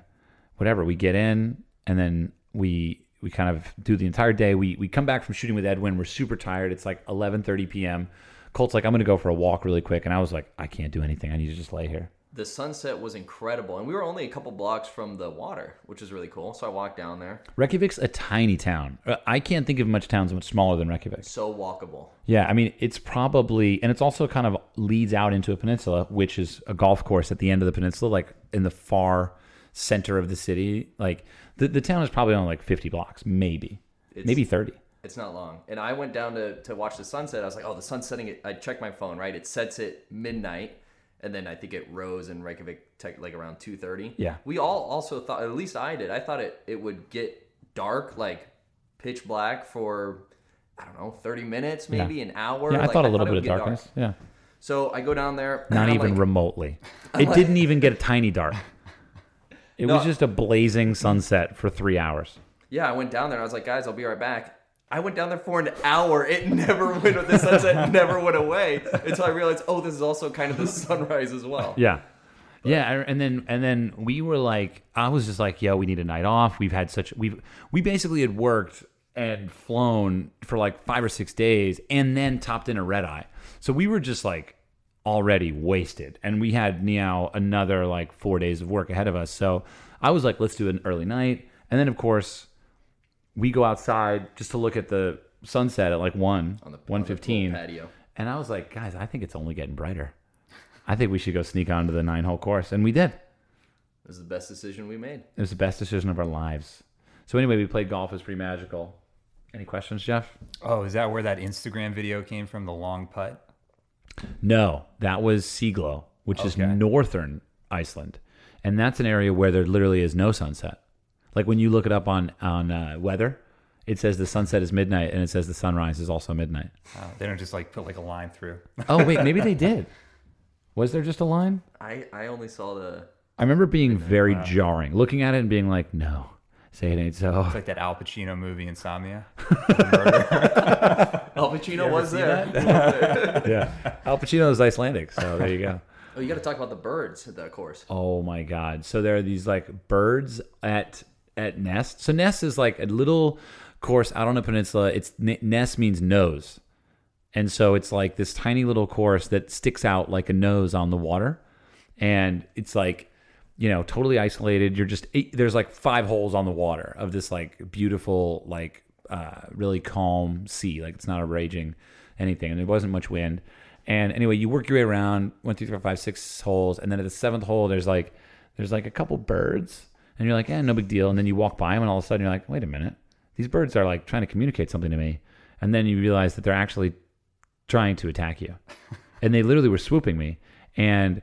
Speaker 1: whatever we get in, and then we we kind of do the entire day. We we come back from shooting with Edwin. We're super tired. It's like 11:30 p.m. Colt's like, I'm gonna go for a walk really quick, and I was like, I can't do anything. I need to just lay here.
Speaker 3: The sunset was incredible, and we were only a couple blocks from the water, which is really cool. So I walked down there.
Speaker 1: Reykjavik's a tiny town. Uh, I can't think of much towns much smaller than Reykjavik.
Speaker 3: So walkable.
Speaker 1: Yeah, I mean, it's probably, and it's also kind of leads out into a peninsula, which is a golf course at the end of the peninsula, like in the far center of the city. Like the, the town is probably on like 50 blocks, maybe, maybe 30.
Speaker 3: It's not long. And I went down to, to watch the sunset. I was like, oh, the sun's setting. It. I checked my phone, right? It sets at midnight. and then I think it rose in Reykjavik tech, like around two thirty.
Speaker 1: Yeah.
Speaker 3: we all also thought, at least I did. I thought it it would get dark, like pitch black for I don't know thirty minutes, maybe an hour.
Speaker 1: Yeah, I
Speaker 3: Like,
Speaker 1: thought a little
Speaker 3: it
Speaker 1: bit
Speaker 3: would
Speaker 1: of
Speaker 3: get dark.
Speaker 1: darkness.
Speaker 3: (laughs)
Speaker 1: Yeah.
Speaker 3: So I go down there. and
Speaker 1: Not
Speaker 3: I'm
Speaker 1: even
Speaker 3: like, (laughs)
Speaker 1: remotely. It didn't even get a tiny dark. It was just a blazing sunset for three hours.
Speaker 3: Yeah, I went down there and I was like, guys, I'll be right back. I went down there for an hour. It (laughs) never went.
Speaker 1: (laughs)
Speaker 3: The sunset never went away until I realized, oh, this is also kind of the sunrise as well.
Speaker 1: Yeah. Yeah, I- and then and then we were like, I was just like, yo, we need a night off. We've had such we've we basically had worked and flown for like five or six days, and then topped in a red eye. So we were just like already wasted, and we had now another like four days of work ahead of us. So I was like, let's do an early night, and then of course we go outside just to look at the sunset at like one
Speaker 3: On the- on the
Speaker 1: one fifteen
Speaker 3: pool patio.
Speaker 1: and I was like, guys, I think it's only getting brighter. I think we should go sneak onto the nine hole course. And we did.
Speaker 3: This is the best decision we made.
Speaker 1: It was the best decision of our lives. So anyway, we played golf. It was pretty magical. Any questions, Jeff?
Speaker 2: Oh, is that where that Instagram video came from? The long putt.
Speaker 1: No, that was Siglo, which is
Speaker 2: Okay.
Speaker 1: northern Iceland, and that's an area where there literally is no sunset. Like when you look it up on on uh, weather, it says the sunset is midnight, and it says the sunrise is also midnight.
Speaker 2: Uh, they don't just like put like a line through.
Speaker 1: Oh wait, maybe they did. Was there just a line?
Speaker 3: I, I only saw the.
Speaker 1: I remember being very jarring, looking at it and being like, "No, say it ain't so."
Speaker 2: It's like that Al Pacino movie Insomnia.
Speaker 1: (laughs)
Speaker 3: Al Pacino was there. (laughs)
Speaker 1: (laughs) yeah. Al Pacino is Icelandic, so there you go.
Speaker 3: Oh, you got to talk about the birds at the course.
Speaker 1: (laughs) Oh my god. So there are these like birds at at Nest. So Nest is like a little course out on a peninsula. It's N- Nest means nose. And so it's like this tiny little course that sticks out like a nose on the water. And it's like, you know, totally isolated. You're just, it, there's like five holes on the water of this like beautiful, like uh, really calm sea. Like it's not a raging anything. And there wasn't much wind. And anyway, you work your way around one, two, three, four, five, six holes. And then at the seventh hole, there's like, there's like a couple birds. And you're like, eh, no big deal. And then you walk by them and all of a sudden you're like, wait a minute. These birds are like trying to communicate something to me. And then you realize that they're actually trying to attack you. And they literally were swooping me. And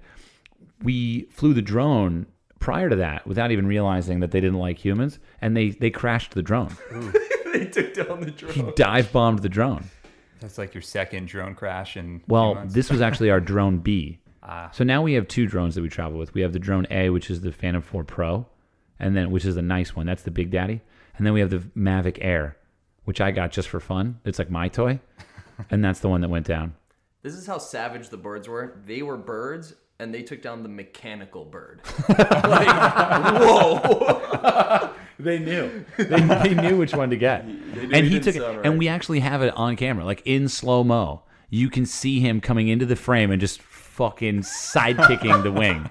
Speaker 1: we flew the drone prior to that without even realizing that they didn't like humans. And they, they crashed the drone.
Speaker 3: (laughs) they took down the drone.
Speaker 1: Dive bombed the drone.
Speaker 2: That's like your second drone crash in. two
Speaker 1: Well,
Speaker 2: months.
Speaker 1: this was actually our drone B. So now we have two drones that we travel with. We have the drone A, which is the Phantom 4 Pro, and then which is the nice one. That's the Big Daddy. And then we have the Mavic Air, which I got just for fun. It's like my toy. And that's the one that went down.
Speaker 3: (laughs) This is how savage the birds were. They were birds, and they took down the mechanical bird. like, whoa.
Speaker 1: They knew. they, (laughs) they knew which one to get. and he
Speaker 3: it
Speaker 1: took it,
Speaker 3: didn't sound
Speaker 1: and we actually have it on camera, like in slow mo. You can see him coming into the frame and just fucking sidekicking the
Speaker 3: (laughs)
Speaker 1: wing.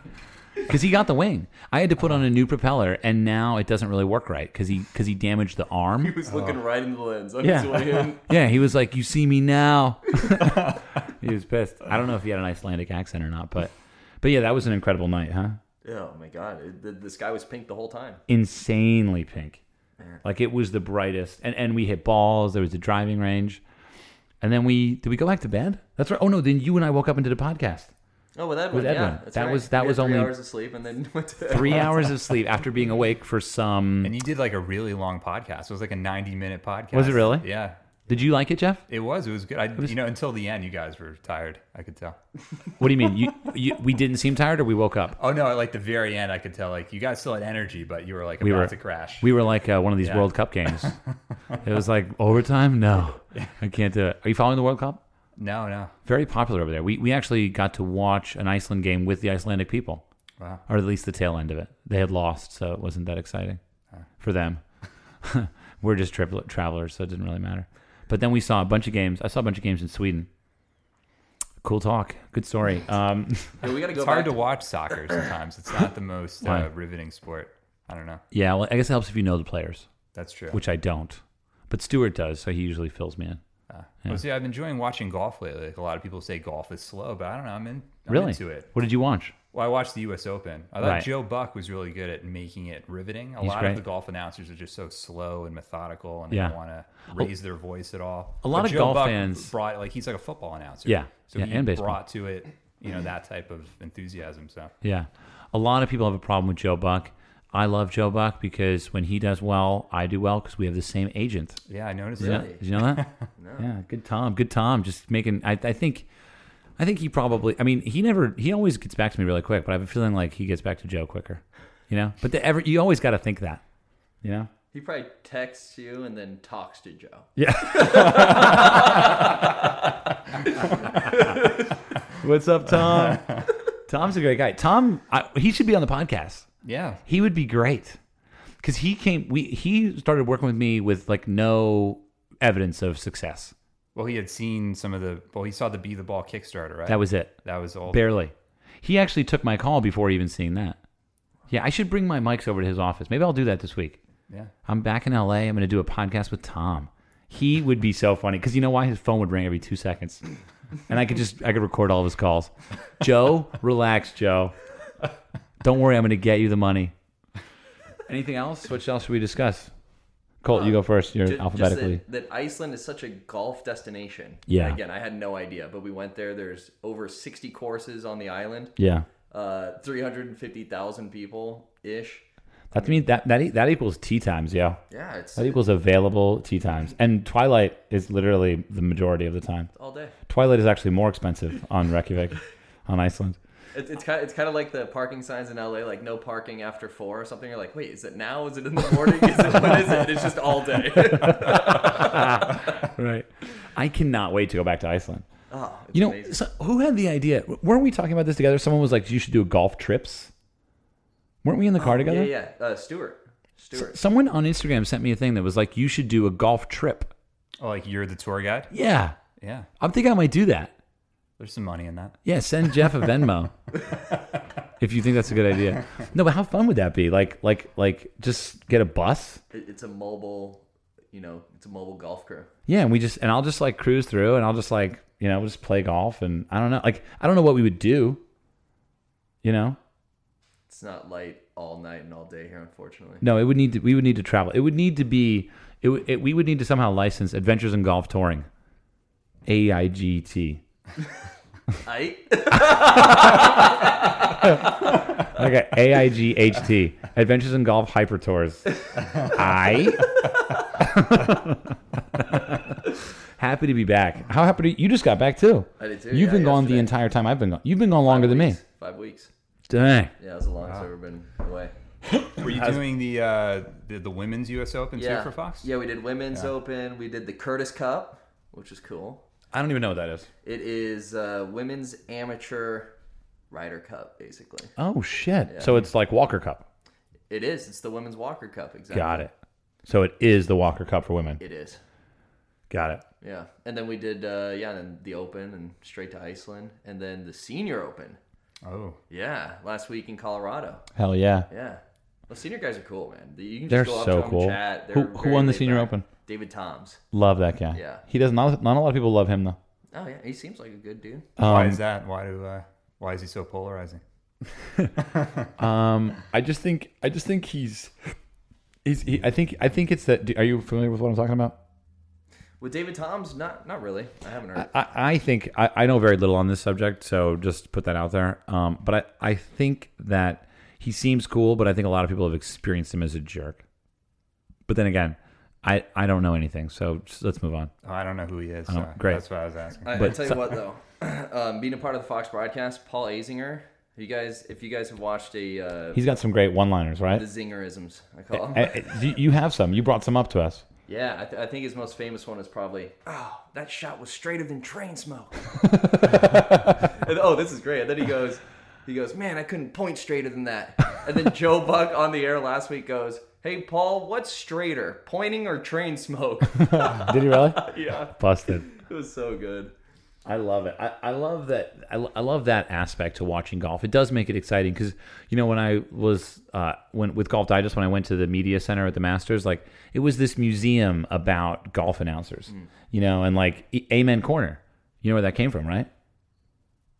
Speaker 1: Because he got the wing. I had to put on a new propeller, and now it doesn't really work right because he because he damaged the
Speaker 3: (laughs) He
Speaker 1: arm.
Speaker 3: was looking right into the lens on his
Speaker 1: Yeah. (laughs)
Speaker 3: way in.
Speaker 1: Yeah, he was like, "You see me
Speaker 3: (laughs)
Speaker 1: now." (laughs) he was pissed. I don't know if he had an Icelandic accent or not, but but yeah, that was an incredible night, huh?
Speaker 3: Yeah, Oh my god, it, th- this guy was pink the whole time.
Speaker 1: insanely pink. Like it was the brightest. And and we hit balls, there was the driving range. And then we did we go back to bed? That's right. Oh no, then you and I woke up and did a podcast.
Speaker 3: Oh, well, that was
Speaker 1: Edwin.
Speaker 3: yeah, that's
Speaker 1: That
Speaker 3: right.
Speaker 1: was- that
Speaker 3: We had
Speaker 1: was
Speaker 3: three
Speaker 1: only-
Speaker 3: hours of sleep, and then (laughs) went to
Speaker 1: Three hours of sleep after being awake for some
Speaker 2: And you did like a really long podcast. It was like a 90 minute podcast.
Speaker 1: Was it really?
Speaker 2: Yeah.
Speaker 1: Did you like it, Jeff?
Speaker 2: It was. It was good. I, you know, until the end, you guys were tired. I could tell.
Speaker 1: What do you mean? You, you we didn't seem tired or we woke up?
Speaker 2: Oh no! At like the very end, I could tell like you guys still had energy, but you were like about
Speaker 1: We were
Speaker 2: to crash.
Speaker 1: We were like uh, one of these
Speaker 2: Yeah.
Speaker 1: World Cup games. it was like overtime? No. I can't do it. Are you following the World Cup?
Speaker 2: no, no.
Speaker 1: Very popular over there. We we actually got to watch an Iceland game with the Icelandic people.
Speaker 2: Wow.
Speaker 1: or at least the tail end of it. They had lost, so it wasn't that exciting for them. (laughs) We're just triplet travelers, so it didn't really matter. But then we saw a bunch of games. I saw a bunch of games in Sweden. Cool talk. Good story. Um, (laughs)
Speaker 3: Yeah, we gotta go
Speaker 2: It's
Speaker 3: back.
Speaker 2: hard to watch soccer sometimes. It's not the most
Speaker 1: Why?
Speaker 2: uh, riveting sport. I don't know.
Speaker 1: yeah, well, I guess it helps if you know the players,
Speaker 2: That's true.
Speaker 1: which I don't. But Stuart does, so he usually fills me in.
Speaker 2: Uh, well, see, I've been enjoying watching golf lately. Like, a lot of people say golf is slow, but I don't know. I'm, in, I'm
Speaker 1: Really?
Speaker 2: into it.
Speaker 1: What did you watch?
Speaker 2: Well, I watched the U.S. Open. I thought
Speaker 1: Right.
Speaker 2: Joe Buck was really good at making it riveting. A lot
Speaker 1: great.
Speaker 2: of the golf announcers are just so slow and methodical, and they
Speaker 1: Yeah.
Speaker 2: don't want to raise their voice at all.
Speaker 1: a lot
Speaker 2: But
Speaker 1: of
Speaker 2: Joe
Speaker 1: golf
Speaker 2: Buck
Speaker 1: fans-
Speaker 2: brought like he's like a football announcer.
Speaker 1: Yeah.
Speaker 2: so
Speaker 1: Yeah,
Speaker 2: he
Speaker 1: and baseball.
Speaker 2: brought to it you know that type of enthusiasm. So
Speaker 1: Yeah. A lot of people have a problem with Joe Buck. I love Joe Buck because when he does well, I do well because we have the same agent.
Speaker 2: yeah, I noticed
Speaker 1: Yeah.
Speaker 2: that.
Speaker 1: Did you know that? (laughs) Yeah. Good Tom. Good Tom. Just making. I, I think. I think he probably. I mean, he never. He always gets back to me really quick, but I have a feeling like he gets back to Joe quicker. You know. But the ever. You always got to think that. You know.
Speaker 3: He probably texts you and then talks to Joe.
Speaker 1: What's up, Tom? (laughs) Tom's a great guy. Tom. I, he should be on the podcast.
Speaker 2: Yeah,
Speaker 1: He would be great because he came. We he started working with me with like no evidence of success.
Speaker 2: Well, he had seen some of the. Well, he saw the Be the Ball Kickstarter, right?
Speaker 1: That was it.
Speaker 2: that was all.
Speaker 1: Barely. He actually took my call before even seeing that. Yeah, I should bring my mics over to his office. Maybe I'll do that this week.
Speaker 2: Yeah.
Speaker 1: I'm back in LA. I'm going to do a podcast with Tom. He would be so funny because you know why his phone would ring every two seconds, and I could just I could record all of his calls. Joe, relax, Joe. Don't worry, I'm going to get you the money. Anything else? What else should we discuss? Colt, you go first. You're
Speaker 3: Um, Ju- just
Speaker 1: alphabetically.
Speaker 3: that, that Iceland is such a golf destination.
Speaker 1: Yeah.
Speaker 3: And again, I had no idea, but we went there. There's over 60 courses on the island,
Speaker 1: yeah,
Speaker 3: uh, 350,000 people ish.
Speaker 1: that mean that that e- that equals tea times. Yeah.
Speaker 3: Yeah, it's
Speaker 1: That equals available tea times. And Twilight is literally the majority of the time.
Speaker 3: all day.
Speaker 1: Twilight is actually more expensive on Reykjavik, on Iceland.
Speaker 3: It's, it's kind of, it's kind of like the parking signs in LA, like no parking after four or something. You're like, wait, is it now? Is it
Speaker 1: (laughs)
Speaker 3: in the morning? Is it what is it? It's just all day.
Speaker 1: Right. I cannot wait to go back to Iceland.
Speaker 3: oh, it's
Speaker 1: You know,
Speaker 3: amazing.
Speaker 1: so who had the idea? Weren't we talking about this together? Someone was like, you should do golf trips. Weren't we in the car
Speaker 3: yeah,
Speaker 1: together?
Speaker 3: yeah. Uh, Stuart, Stuart.
Speaker 1: Someone on Instagram sent me a thing that was like, you should do a golf trip.
Speaker 2: Oh, like you're the tour guide.
Speaker 1: Yeah.
Speaker 2: Yeah,
Speaker 1: I'm thinking I might do that.
Speaker 2: there's some money in that.
Speaker 1: Yeah, send Jeff a
Speaker 3: (laughs)
Speaker 1: Venmo. if you think that's a good idea. No, but how fun would that be? Like like like just get a bus?
Speaker 3: It- it's a mobile, you know, it's a mobile golf crew.
Speaker 1: Yeah, and we just and I'll just like cruise through and I'll just like, you know, just play golf and I don't know. Like I don't know what we would do. You know?
Speaker 3: It's not light all night and all day here, unfortunately.
Speaker 1: No, it would need to we would need to travel. It would need to be it, would- it we would need to somehow license Adventures in Golf Touring. AIGT.
Speaker 3: I (laughs)
Speaker 1: Okay, AIGHT. Adventures in Golf Hyper Tours. I (laughs) happy to be back. How happy to, you just got back too?
Speaker 3: I did too,
Speaker 1: You've
Speaker 3: yeah,
Speaker 1: been gone the
Speaker 3: yesterday.
Speaker 1: entire time I've been gone. You've been gone longer than me.
Speaker 3: Weeks. Five weeks.
Speaker 1: Dang.
Speaker 3: Yeah, it's the longest I've ever been away.
Speaker 2: Were you doing the uh, the, the women's U.S. Open
Speaker 3: Yeah.
Speaker 2: too for Fox?
Speaker 3: Yeah, we did women's open. We did the Curtis Cup, which is cool.
Speaker 1: I don't even know what that is.
Speaker 3: It is uh, women's amateur Ryder Cup, basically.
Speaker 1: Oh shit. So it's like Walker Cup.
Speaker 3: It is. It's the women's Walker Cup. Exactly.
Speaker 1: Got it. So it is the Walker Cup for women.
Speaker 3: It is.
Speaker 1: Got it.
Speaker 3: Yeah, and then we did uh, yeah, and then the Open and straight to Iceland, and then the Senior Open.
Speaker 2: Oh,
Speaker 3: Yeah, last week in Colorado.
Speaker 1: Hell yeah.
Speaker 3: Yeah. Well, senior guys are cool, man. You can just
Speaker 1: They're
Speaker 3: go up
Speaker 1: so
Speaker 3: to them and
Speaker 1: cool.
Speaker 3: chat. They're
Speaker 1: Who- who
Speaker 3: very
Speaker 1: won the
Speaker 3: laid
Speaker 1: Senior
Speaker 3: back.
Speaker 1: Open?
Speaker 3: David Toms.
Speaker 1: Love that guy.
Speaker 3: Yeah.
Speaker 1: He does not not a lot of people love him though.
Speaker 3: Oh yeah, he seems like a good dude.
Speaker 2: why is that? Why do uh, why is he so polarizing?
Speaker 1: Um, I just think I just think he's he's he, I think I think it's that. do- Are you familiar with what I'm talking about?
Speaker 3: With David Toms, not not really. I haven't heard.
Speaker 1: I, I think I, I know very little on this subject, so just put that out there. Um, but I, I think that he seems cool, but I think a lot of people have experienced him as a jerk. But then again, I, I don't know anything, so just, let's move on.
Speaker 2: Oh, I don't know who he is. so
Speaker 1: great.
Speaker 2: That's what I was asking. Uh,
Speaker 3: I,
Speaker 1: but
Speaker 3: I tell
Speaker 1: so-
Speaker 3: you what though, (clears throat) um, being a part of the Fox broadcast, Paul Azinger. You guys, if you guys have watched a uh,
Speaker 1: He's got some great one-liners,
Speaker 3: the
Speaker 1: right?
Speaker 3: Zingerisms, I call them.
Speaker 1: Eh, eh, you- you have some. You brought some up to us.
Speaker 3: Yeah, I, th- I think his most famous one is probably, oh, that shot was straighter than train (laughs) smoke. and, oh, this is great. And then he goes, he goes, man, I couldn't point straighter than that. And then (laughs) Joe Buck on the air last week goes, hey, Paul, what's straighter, pointing or train smoke? (laughs)
Speaker 1: Did he really?
Speaker 3: yeah,
Speaker 1: Busted.
Speaker 3: it was so good.
Speaker 1: I love it. I, I love that. I, lo- I love that aspect to watching golf. It does make it exciting because you know when I was uh, when with Golf Digest when I went to the media center at the Masters, like it was this museum about golf announcers, you know, and like A- Amen Corner. You know where that came from, right?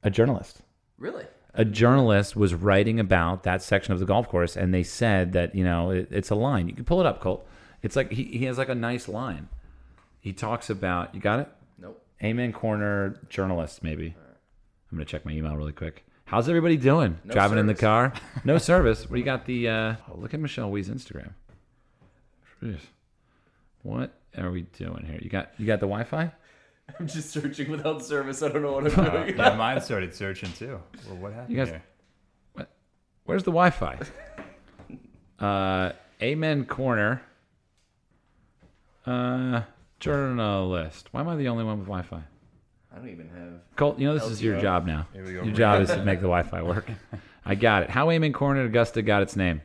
Speaker 1: A journalist.
Speaker 3: Really?
Speaker 1: A journalist was writing about that section of the golf course, and they said that you know it, it's a line. You can pull it up, Colt. It's like he, he has like a nice line. He talks about. You got it.
Speaker 3: Nope.
Speaker 1: Amen Corner journalist, maybe. I'm gonna check my email really quick. How's everybody doing? Driving in the car? No service. Well, you got the. Uh, oh, look at Michelle Wee's Instagram. Jeez. What are we doing here? You got you got the Wi-Fi?
Speaker 3: I'm just searching without service. I don't know what I'm doing.
Speaker 2: yeah, mine started searching too. Well, what happened
Speaker 1: guys-
Speaker 2: here?
Speaker 1: Where's the Wi-Fi? Uh, Amen Corner. Uh, journalist. Why am I the only one with Wi-Fi?
Speaker 3: I don't even have.
Speaker 1: Colt, you know this is your job now.
Speaker 2: Here we go.
Speaker 1: Your job is
Speaker 2: (laughs)
Speaker 1: to make the Wi-Fi work. I got it. How Amen Corner at Augusta got its name.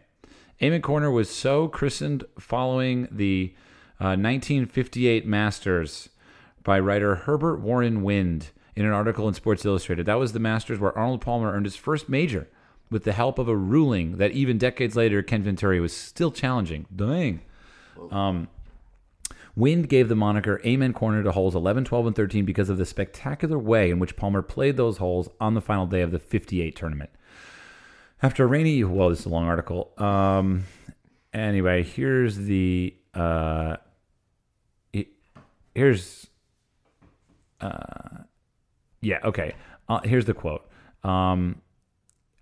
Speaker 1: Amen Corner was so christened following the uh, 1958 Masters by writer Herbert Warren Wind in an article in Sports Illustrated. That was the Masters where Arnold Palmer earned his first major with the help of a ruling that even decades later Ken Venturi was still challenging. Dang. Wind gave the moniker Amen Corner to holes 11, 12, and 13 because of the spectacular way in which Palmer played those holes on the final day of the 58 tournament. After a rainy, well, this is a long article. Um, anyway, here's the uh, he- here's uh, yeah, okay. Uh, here's the quote. Um,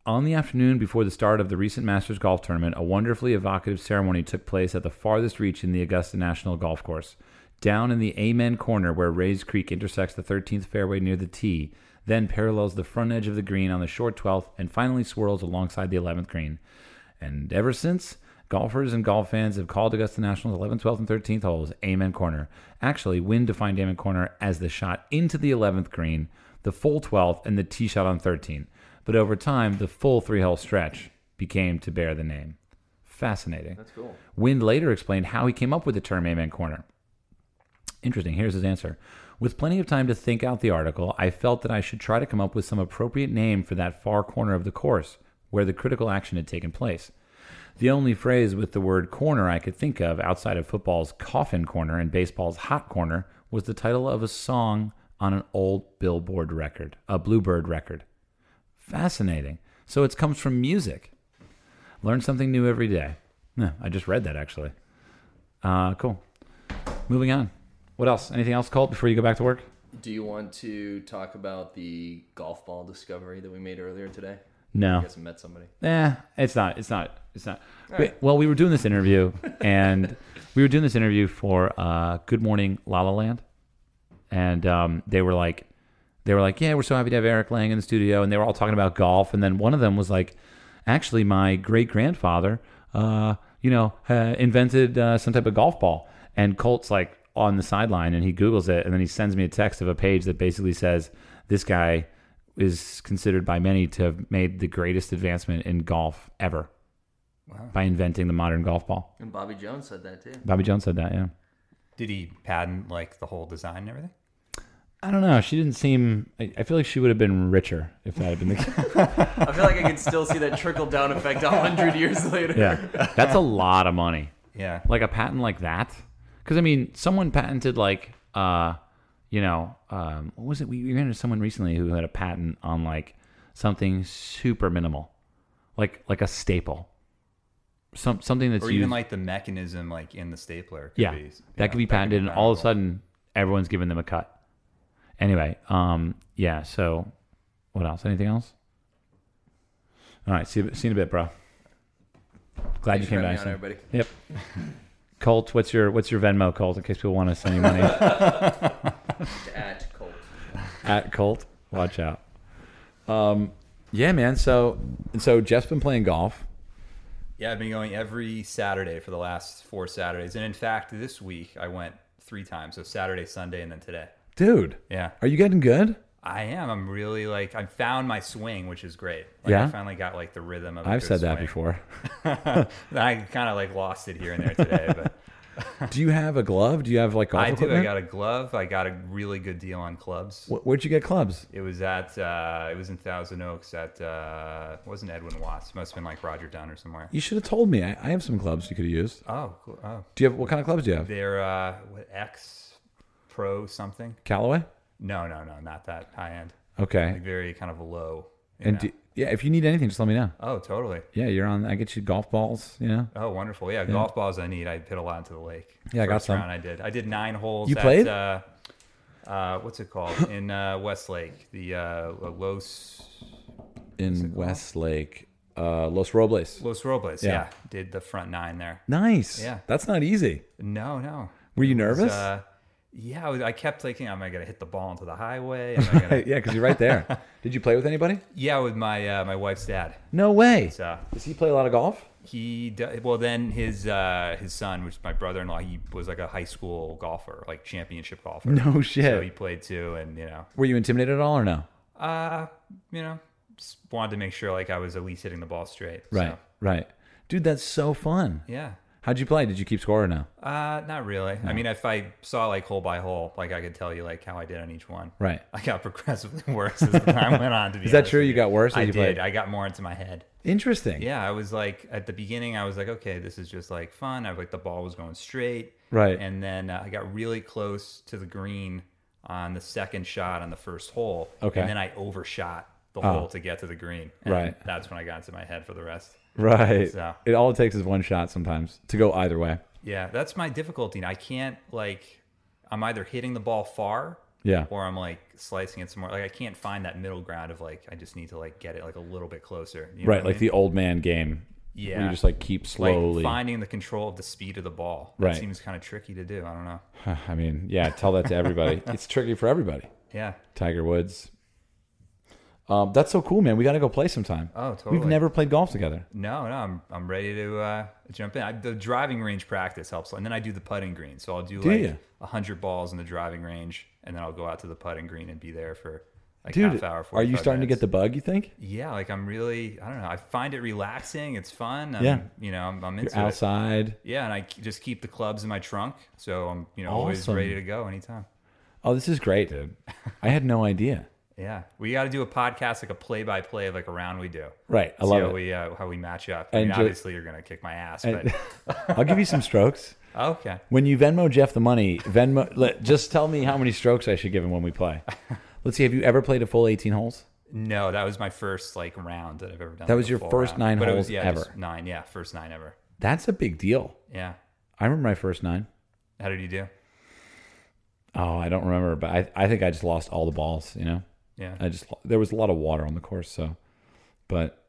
Speaker 1: on the afternoon before the start of the recent Masters Golf Tournament, a wonderfully evocative ceremony took place at the farthest reach in the Augusta National Golf Course. Down in the Amen corner where Rays Creek intersects the 13th fairway near the tee, then parallels the front edge of the green on the short 12th, and finally swirls alongside the 11th green. And ever since, golfers and golf fans have called Augusta National's 11th, 12th, and 13th holes Amen Corner. Actually, Wynn defined Amen Corner as the shot into the 11th green, the full 12th, and the tee shot on 13. But over time, the full three hole stretch became to bear the name. Fascinating.
Speaker 3: That's cool.
Speaker 1: Wind later explained how he came up with the term Amen Corner. Interesting. Here's his answer. With plenty of time to think out the article, I felt that I should try to come up with some appropriate name for that far corner of the course where the critical action had taken place. The only phrase with the word corner I could think of outside of football's coffin corner and baseball's hot corner was the title of a song on an old Billboard record, a Bluebird record. Fascinating. So it comes from music. Learn something new every day. Yeah, I just read that actually. Uh, cool. Moving on. What else? Anything else, Colt, before you go back to work?
Speaker 3: Do you want to talk about the golf ball discovery that we made earlier today?
Speaker 1: No.
Speaker 3: You guys met somebody.
Speaker 1: Eh, it's not. It's not. It's not. Wait, Well, we were doing this interview, and we were doing this interview for uh, Good Morning La La Land, and um, they were like, they were like, yeah, we're so happy to have Eric Lang in the studio, and they were all talking about golf, and then one of them was like, actually, my great grandfather, uh, you know, uh, invented uh, some type of golf ball, and Colt's like on the sideline, and he googles it, and then he sends me a text of a page that basically says this guy is considered by many to have made the greatest advancement in golf ever by inventing the modern golf ball.
Speaker 3: And Bobby Jones said that too.
Speaker 1: Bobby Jones said that, yeah.
Speaker 2: Did he patent like the whole design and everything?
Speaker 1: I don't know. She didn't seem. I, I feel like she would have been richer if that had been the (laughs) case.
Speaker 3: I feel like I can still see that trickle down effect a hundred years later.
Speaker 1: yeah, that's a lot of money.
Speaker 2: Yeah.
Speaker 1: Like a patent like that, because I mean, someone patented like, uh, you know, um, what was it? We we ran into someone recently who had a patent on like something super minimal, like like a staple, some something that's
Speaker 2: Or
Speaker 1: used
Speaker 2: even like the mechanism like in the stapler. Could
Speaker 1: yeah,
Speaker 2: Be,
Speaker 1: that could be patented, and all of a sudden, everyone's giving them a cut. Anyway, um, yeah. So, what else? Anything else? All right. See, you- see you in a bit, bro. Glad
Speaker 3: Thanks
Speaker 1: you came
Speaker 3: for having me
Speaker 1: back.
Speaker 3: on,
Speaker 1: son.
Speaker 3: everybody.
Speaker 1: Yep. Colt, what's your what's your Venmo, Colt? In case people want to send you money
Speaker 3: At Colt.
Speaker 1: at Colt, watch out. Um, yeah, man. So, so Jeff's been playing golf.
Speaker 2: Yeah, I've been going every Saturday for the last four Saturdays, and in fact, this week I went three times. So Saturday, Sunday, and then today.
Speaker 1: Dude,
Speaker 2: Yeah.
Speaker 1: are you getting good?
Speaker 2: I am. I'm really like I found my swing, which is great. Like,
Speaker 1: Yeah?
Speaker 2: I finally got like the rhythm of. a
Speaker 1: I've said
Speaker 2: good
Speaker 1: that
Speaker 2: swing. (laughs)
Speaker 1: before.
Speaker 2: I kind of like lost it here and there today,
Speaker 1: (laughs)
Speaker 2: but
Speaker 1: Do you have a glove? Do you have like golf
Speaker 2: I do.
Speaker 1: equipment?
Speaker 2: I got a glove. I got a really good deal on clubs.
Speaker 1: Wh- Where'd you get clubs?
Speaker 2: It was at uh, it was in Thousand Oaks at uh, it wasn't Edwin Watts. It must have been like Roger Dunn or somewhere.
Speaker 1: You should have told me. I, I have some clubs you could have used.
Speaker 2: Oh, cool. Oh,
Speaker 1: Do you have what kind of clubs do you have?
Speaker 2: they're uh, what X Pro something.
Speaker 1: Callaway.
Speaker 2: No, no, no, not that high end.
Speaker 1: Okay.
Speaker 2: Like very kind of low. you
Speaker 1: and
Speaker 2: know.
Speaker 1: do, yeah, if you need anything, just let me know.
Speaker 2: oh, totally.
Speaker 1: Yeah, you're on. I get you golf balls. You know.
Speaker 2: Oh, wonderful. Yeah, golf balls I need. I hit a lot into the lake.
Speaker 1: Yeah, I got
Speaker 2: First
Speaker 1: some.
Speaker 2: round I did. I did nine holes.
Speaker 1: You
Speaker 2: at,
Speaker 1: played?
Speaker 2: Uh, uh, what's it called in uh, Westlake? The uh, Los
Speaker 1: in Westlake, uh, Los Robles.
Speaker 2: Los Robles. Yeah. did the front nine there.
Speaker 1: Nice.
Speaker 2: Yeah.
Speaker 1: That's not easy.
Speaker 2: No, no.
Speaker 1: Were you
Speaker 2: It was,
Speaker 1: nervous?
Speaker 2: uh, yeah, I was- I kept thinking, am I gonna hit the ball into the highway? Am I gonna...
Speaker 1: (laughs) yeah, because you're right
Speaker 2: (laughs)
Speaker 1: there. Did you play with anybody?
Speaker 2: yeah, with my uh, my wife's dad.
Speaker 1: No way.
Speaker 2: So
Speaker 1: Does he play a lot of golf?
Speaker 2: he d- well then his uh, his son, which is my brother-in-law, he was like a high school golfer, like championship golfer.
Speaker 1: No
Speaker 2: So
Speaker 1: shit.
Speaker 2: he played too, and you know,
Speaker 1: Were you intimidated at all or no?
Speaker 2: uh, you know, just wanted to make sure like I was at least hitting the ball straight. so,
Speaker 1: Right. Right. Dude, that's so fun.
Speaker 2: yeah.
Speaker 1: How'd you play? Did you keep score or no?
Speaker 2: Uh, not really. I mean, if I saw like hole by hole, like I could tell you like how I did on each one.
Speaker 1: Right.
Speaker 2: I got progressively (laughs) worse as the time went on. To be
Speaker 1: Is that
Speaker 2: honest
Speaker 1: true?
Speaker 2: with
Speaker 1: You got worse as
Speaker 2: I
Speaker 1: you
Speaker 2: did.
Speaker 1: played?
Speaker 2: I got more into my head.
Speaker 1: Interesting.
Speaker 2: Yeah, I was like at the beginning, I was like, okay, this is just like fun. I was like the ball was going straight.
Speaker 1: Right.
Speaker 2: And then uh, I got really close to the green on the second shot on the first hole.
Speaker 1: Okay. Oh.
Speaker 2: And then I overshot the hole to get to the green. And
Speaker 1: Right.
Speaker 2: That's when I got into my head for the rest.
Speaker 1: Right.
Speaker 2: So-
Speaker 1: It all it takes is one shot sometimes to go either way.
Speaker 2: Yeah, that's my difficulty. I can't like I'm either hitting the ball far
Speaker 1: Yeah.
Speaker 2: or I'm like slicing it somewhere. Like I can't find that middle ground of like I just need to like get it like a little bit closer. you know
Speaker 1: Right.
Speaker 2: what I
Speaker 1: Like
Speaker 2: mean?
Speaker 1: the old man game. Where
Speaker 2: Yeah.
Speaker 1: you just like keep slowly. (sighs)
Speaker 2: like finding the control of the speed of the ball.
Speaker 1: Right.
Speaker 2: That seems kind of tricky to do. I don't know.
Speaker 1: I mean, yeah, tell that to
Speaker 2: (laughs)
Speaker 1: everybody. it's tricky for everybody.
Speaker 2: Yeah.
Speaker 1: Tiger Woods. Um, that's so cool, man. We got to go play sometime.
Speaker 2: Oh,
Speaker 1: We've
Speaker 2: totally.
Speaker 1: never played golf together.
Speaker 2: No, no, I'm I'm ready to uh, jump in. I, the driving range practice helps, and then I do the putting green. So I'll do, like
Speaker 1: ya?
Speaker 2: a hundred balls in the driving range, and then I'll go out to the putting green and be there for like
Speaker 1: Dude,
Speaker 2: half hour.
Speaker 1: are you
Speaker 2: 45
Speaker 1: starting to get
Speaker 2: minutes.
Speaker 1: the bug, you think?
Speaker 2: Yeah, like I'm really, I don't know. I find it relaxing. It's fun. I'm,
Speaker 1: Yeah.
Speaker 2: You know, I'm, I'm
Speaker 1: You're
Speaker 2: into it.
Speaker 1: outside.
Speaker 2: Yeah, and I k- just keep the clubs in my trunk, so I'm, you know, always
Speaker 1: Awesome.
Speaker 2: ready to go anytime.
Speaker 1: Oh, this is great, dude. I had no idea.
Speaker 2: Yeah, we got to do a podcast, like a play-by-play of like a round we do.
Speaker 1: Right. I
Speaker 2: See
Speaker 1: love
Speaker 2: how
Speaker 1: it.
Speaker 2: we uh, how we match up. I mean,
Speaker 1: And ju-
Speaker 2: obviously, you're gonna kick my ass, but
Speaker 1: (laughs) I'll give you some strokes.
Speaker 2: okay.
Speaker 1: When you Venmo Jeff the money, Venmo, let, just tell me how many strokes I should give him when we play. Let's see. Have you ever played a full 18 holes?
Speaker 2: No, that was my first like round that I've ever done.
Speaker 1: That
Speaker 2: like,
Speaker 1: was
Speaker 2: a
Speaker 1: your
Speaker 2: full
Speaker 1: first
Speaker 2: round.
Speaker 1: nine
Speaker 2: but it
Speaker 1: holes
Speaker 2: was, yeah, just
Speaker 1: ever.
Speaker 2: Nine, yeah, first nine ever.
Speaker 1: That's a big deal.
Speaker 2: Yeah.
Speaker 1: I remember my first nine.
Speaker 2: How did you do?
Speaker 1: Oh, I don't remember, but I, I think I just lost all the balls, you know?
Speaker 2: Yeah.
Speaker 1: I just there was a lot of water on the course, so but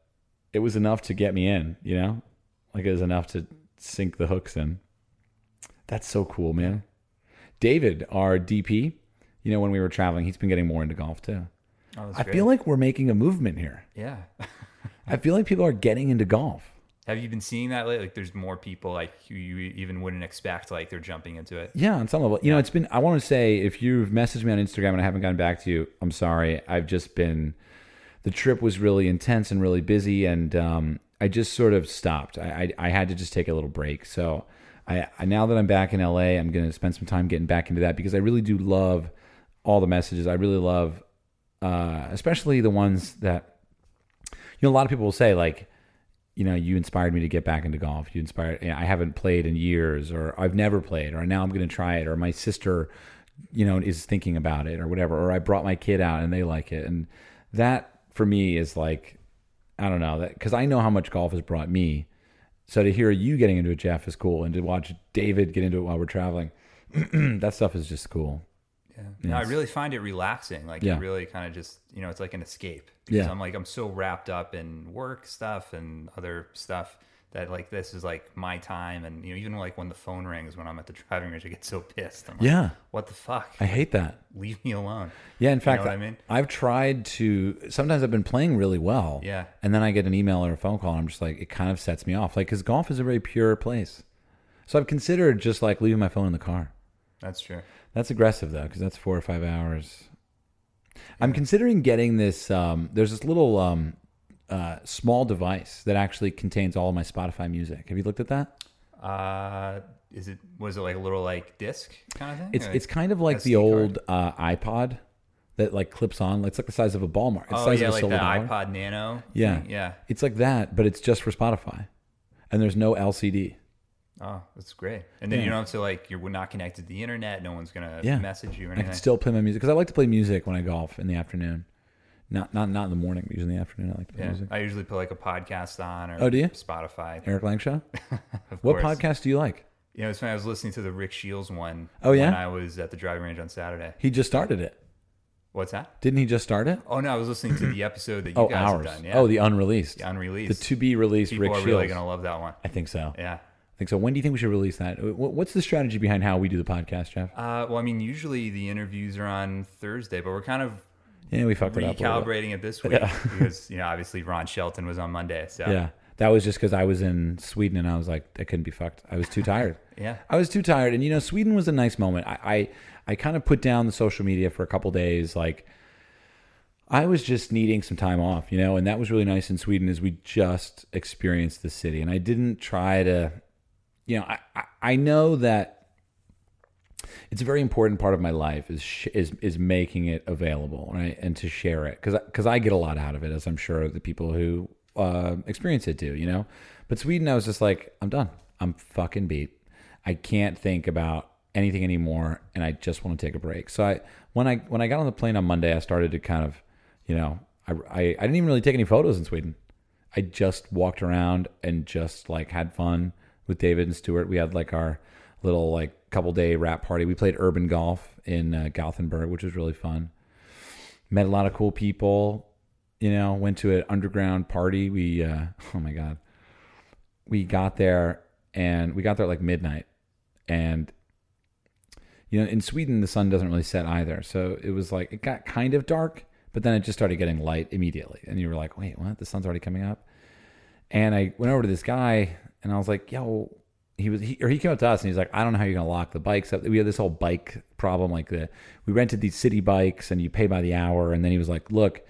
Speaker 1: it was enough to get me in, you know? Like it was enough to sink the hooks in. That's so cool, man. David, our DP, you know, when we were traveling, he's been getting more into golf too.
Speaker 2: Oh, that's
Speaker 1: I
Speaker 2: great.
Speaker 1: feel like we're making a movement here.
Speaker 2: yeah.
Speaker 1: I feel like people are getting into golf.
Speaker 2: Have you been seeing that lately? Like, there's more people like who you even wouldn't expect. Like, they're jumping into it.
Speaker 1: Yeah, on some level. You know, it's been, I want to say, if you've messaged me on Instagram and I haven't gotten back to you, I'm sorry. I've just been, the trip was really intense and really busy. And um, I just sort of stopped. I, I, I had to just take a little break. So I, I now that I'm back in LA, I'm going to spend some time getting back into that because I really do love all the messages. I really love, uh, especially the ones that, you know, a lot of people will say, like, you know, you inspired me to get back into golf. You inspired, you know, I haven't played in years, or I've never played, or now I'm going to try it, or my sister, you know, is thinking about it, or whatever, or I brought my kid out and they like it. And that for me is like, I don't know, that because I know how much golf has brought me. So to hear you getting into it, Jeff, is cool. And to watch David get into it while we're traveling, (clears throat) that stuff is just cool.
Speaker 2: No, I really find it relaxing. Like,
Speaker 1: Yeah.
Speaker 2: it really kind of just, you know, it's like an escape.
Speaker 1: Yeah.
Speaker 2: I'm like, I'm so wrapped up in work stuff and other stuff that, like, this is like my time. And, you know, even like when the phone rings when I'm at the driving range, I get so pissed. I'm like,
Speaker 1: Yeah.
Speaker 2: What the fuck?
Speaker 1: I hate that.
Speaker 2: Leave me alone.
Speaker 1: Yeah, in fact,
Speaker 2: what I mean?
Speaker 1: have tried to. Sometimes I've been playing really well.
Speaker 2: Yeah.
Speaker 1: and then I get an email or a phone call, and I'm just like, it kind of sets me off. Like, because golf is a very pure place, so I've considered just like leaving my phone in the car.
Speaker 2: That's true.
Speaker 1: That's aggressive though, because that's four or five hours. I'm considering getting this. Um, there's this little um, uh, small device that actually contains all of my Spotify music. Have you looked at that?
Speaker 2: Uh, is it was it like a little like disc kind of thing?
Speaker 1: It's
Speaker 2: Or-
Speaker 1: it's kind of like
Speaker 2: SD
Speaker 1: the
Speaker 2: card.
Speaker 1: old uh, iPod that like clips on. It's like the size of a ball mark. It's the
Speaker 2: oh
Speaker 1: size
Speaker 2: yeah,
Speaker 1: of a
Speaker 2: like the
Speaker 1: silver dollar.
Speaker 2: iPod Nano.
Speaker 1: Yeah.
Speaker 2: thing. yeah.
Speaker 1: It's like that, but it's just for Spotify. And there's no LCD.
Speaker 2: Oh, that's great. And then you don't have to like you're not connected to the internet. No one's gonna
Speaker 1: Yeah.
Speaker 2: message you or
Speaker 1: I can
Speaker 2: anything.
Speaker 1: still play my music because I like to play music when I golf in the afternoon. Not not not in the morning, but usually in the afternoon I like to play
Speaker 2: yeah.
Speaker 1: music.
Speaker 2: I usually put like a podcast on or
Speaker 1: Oh, do you?
Speaker 2: Spotify. (laughs)
Speaker 1: Eric Langshaw? what
Speaker 2: course.
Speaker 1: podcast do you like?
Speaker 2: You know, it's funny. I was listening to the Rick Shields one.
Speaker 1: Oh, yeah?
Speaker 2: When I was at the driving range on Saturday.
Speaker 1: He just started it.
Speaker 2: What's that?
Speaker 1: Didn't he just start it?
Speaker 2: Oh no, I was listening
Speaker 1: (clears throat)
Speaker 2: to the episode that you
Speaker 1: Oh,
Speaker 2: guys
Speaker 1: ours.
Speaker 2: have done. Yeah.
Speaker 1: Oh, the unreleased.
Speaker 2: The unreleased.
Speaker 1: The to be released
Speaker 2: People
Speaker 1: Rick
Speaker 2: are
Speaker 1: Shields.
Speaker 2: really gonna love that one.
Speaker 1: I think so.
Speaker 2: Yeah.
Speaker 1: I think so. When do you think we should release that? Wh- wh- What's the strategy behind how we do the podcast, Jeff?
Speaker 2: Uh, well, I mean, usually the interviews are on Thursday, but we're kind of
Speaker 1: Yeah, we fucked it up. a little bit.
Speaker 2: recalibrating
Speaker 1: (laughs)
Speaker 2: it this week because you know obviously Ron Shelton was on Monday, so
Speaker 1: Yeah. That was just because I was in Sweden and I was like, I couldn't be fucked. I was too tired.
Speaker 2: (laughs) Yeah.
Speaker 1: I was too tired. And, you know, Sweden was a nice moment. I, I, I kind of put down the social media for a couple days. Like, I was just needing some time off, you know, and that was really nice in Sweden is we just experienced the city. And I didn't try to, you know, I, I, I know that it's a very important part of my life is sh- is is making it available right and to share it because because I get a lot out of it as I'm sure the people who uh, experience it do you know but Sweden I was just like I'm done I'm fucking beat I can't think about anything anymore and I just want to take a break so I when I when I got on the plane on Monday I started to kind of you know I I, I didn't even really take any photos in Sweden I just walked around and just like had fun with David and Stuart. We had like our little like couple day rap party. We played urban golf in uh, Gothenburg, which was really fun. Met a lot of cool people. You know, went to an underground party. We uh, (laughs) oh my god, we got there and we got there at like midnight, and you know, in Sweden the sun doesn't really set either, so it was like it got kind of dark, but then it just started getting light immediately, and you were like, wait, what? The sun's already coming up. And I went over to this guy and I was like, yo, he was, he, or he came up to us and he's like, I don't know how you're going to lock the bikes up. We had this whole bike problem. Like the, we rented these city bikes and you pay by the hour. And then he was like, look,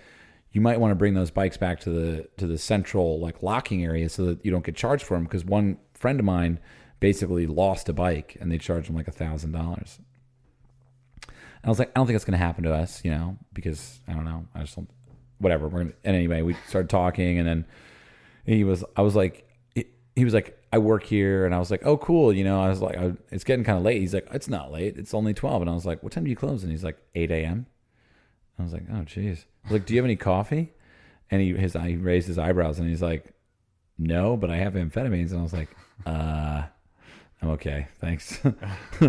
Speaker 1: you might want to bring those bikes back to the, to the central like locking area so that you don't get charged for them. Cause one friend of mine basically lost a bike and they charged him like a thousand dollars. And I was like, I don't think that's going to happen to us, you know, because I don't know. I just don't, whatever. We're going to, and anyway, we started talking and then he was, I was like, he- he was like, I work here. And I was like, oh, cool. You know, I was like, I, it's getting kind of late. He's like, it's not late. It's only 12. And I was like, what time do you close? And he's like, 8 a.m. I was like, oh, jeez. I was like, do you have any coffee? And he, his, he raised his eyebrows and he's like, no, but I have amphetamines. And I was like, uh, I'm okay, thanks. (laughs)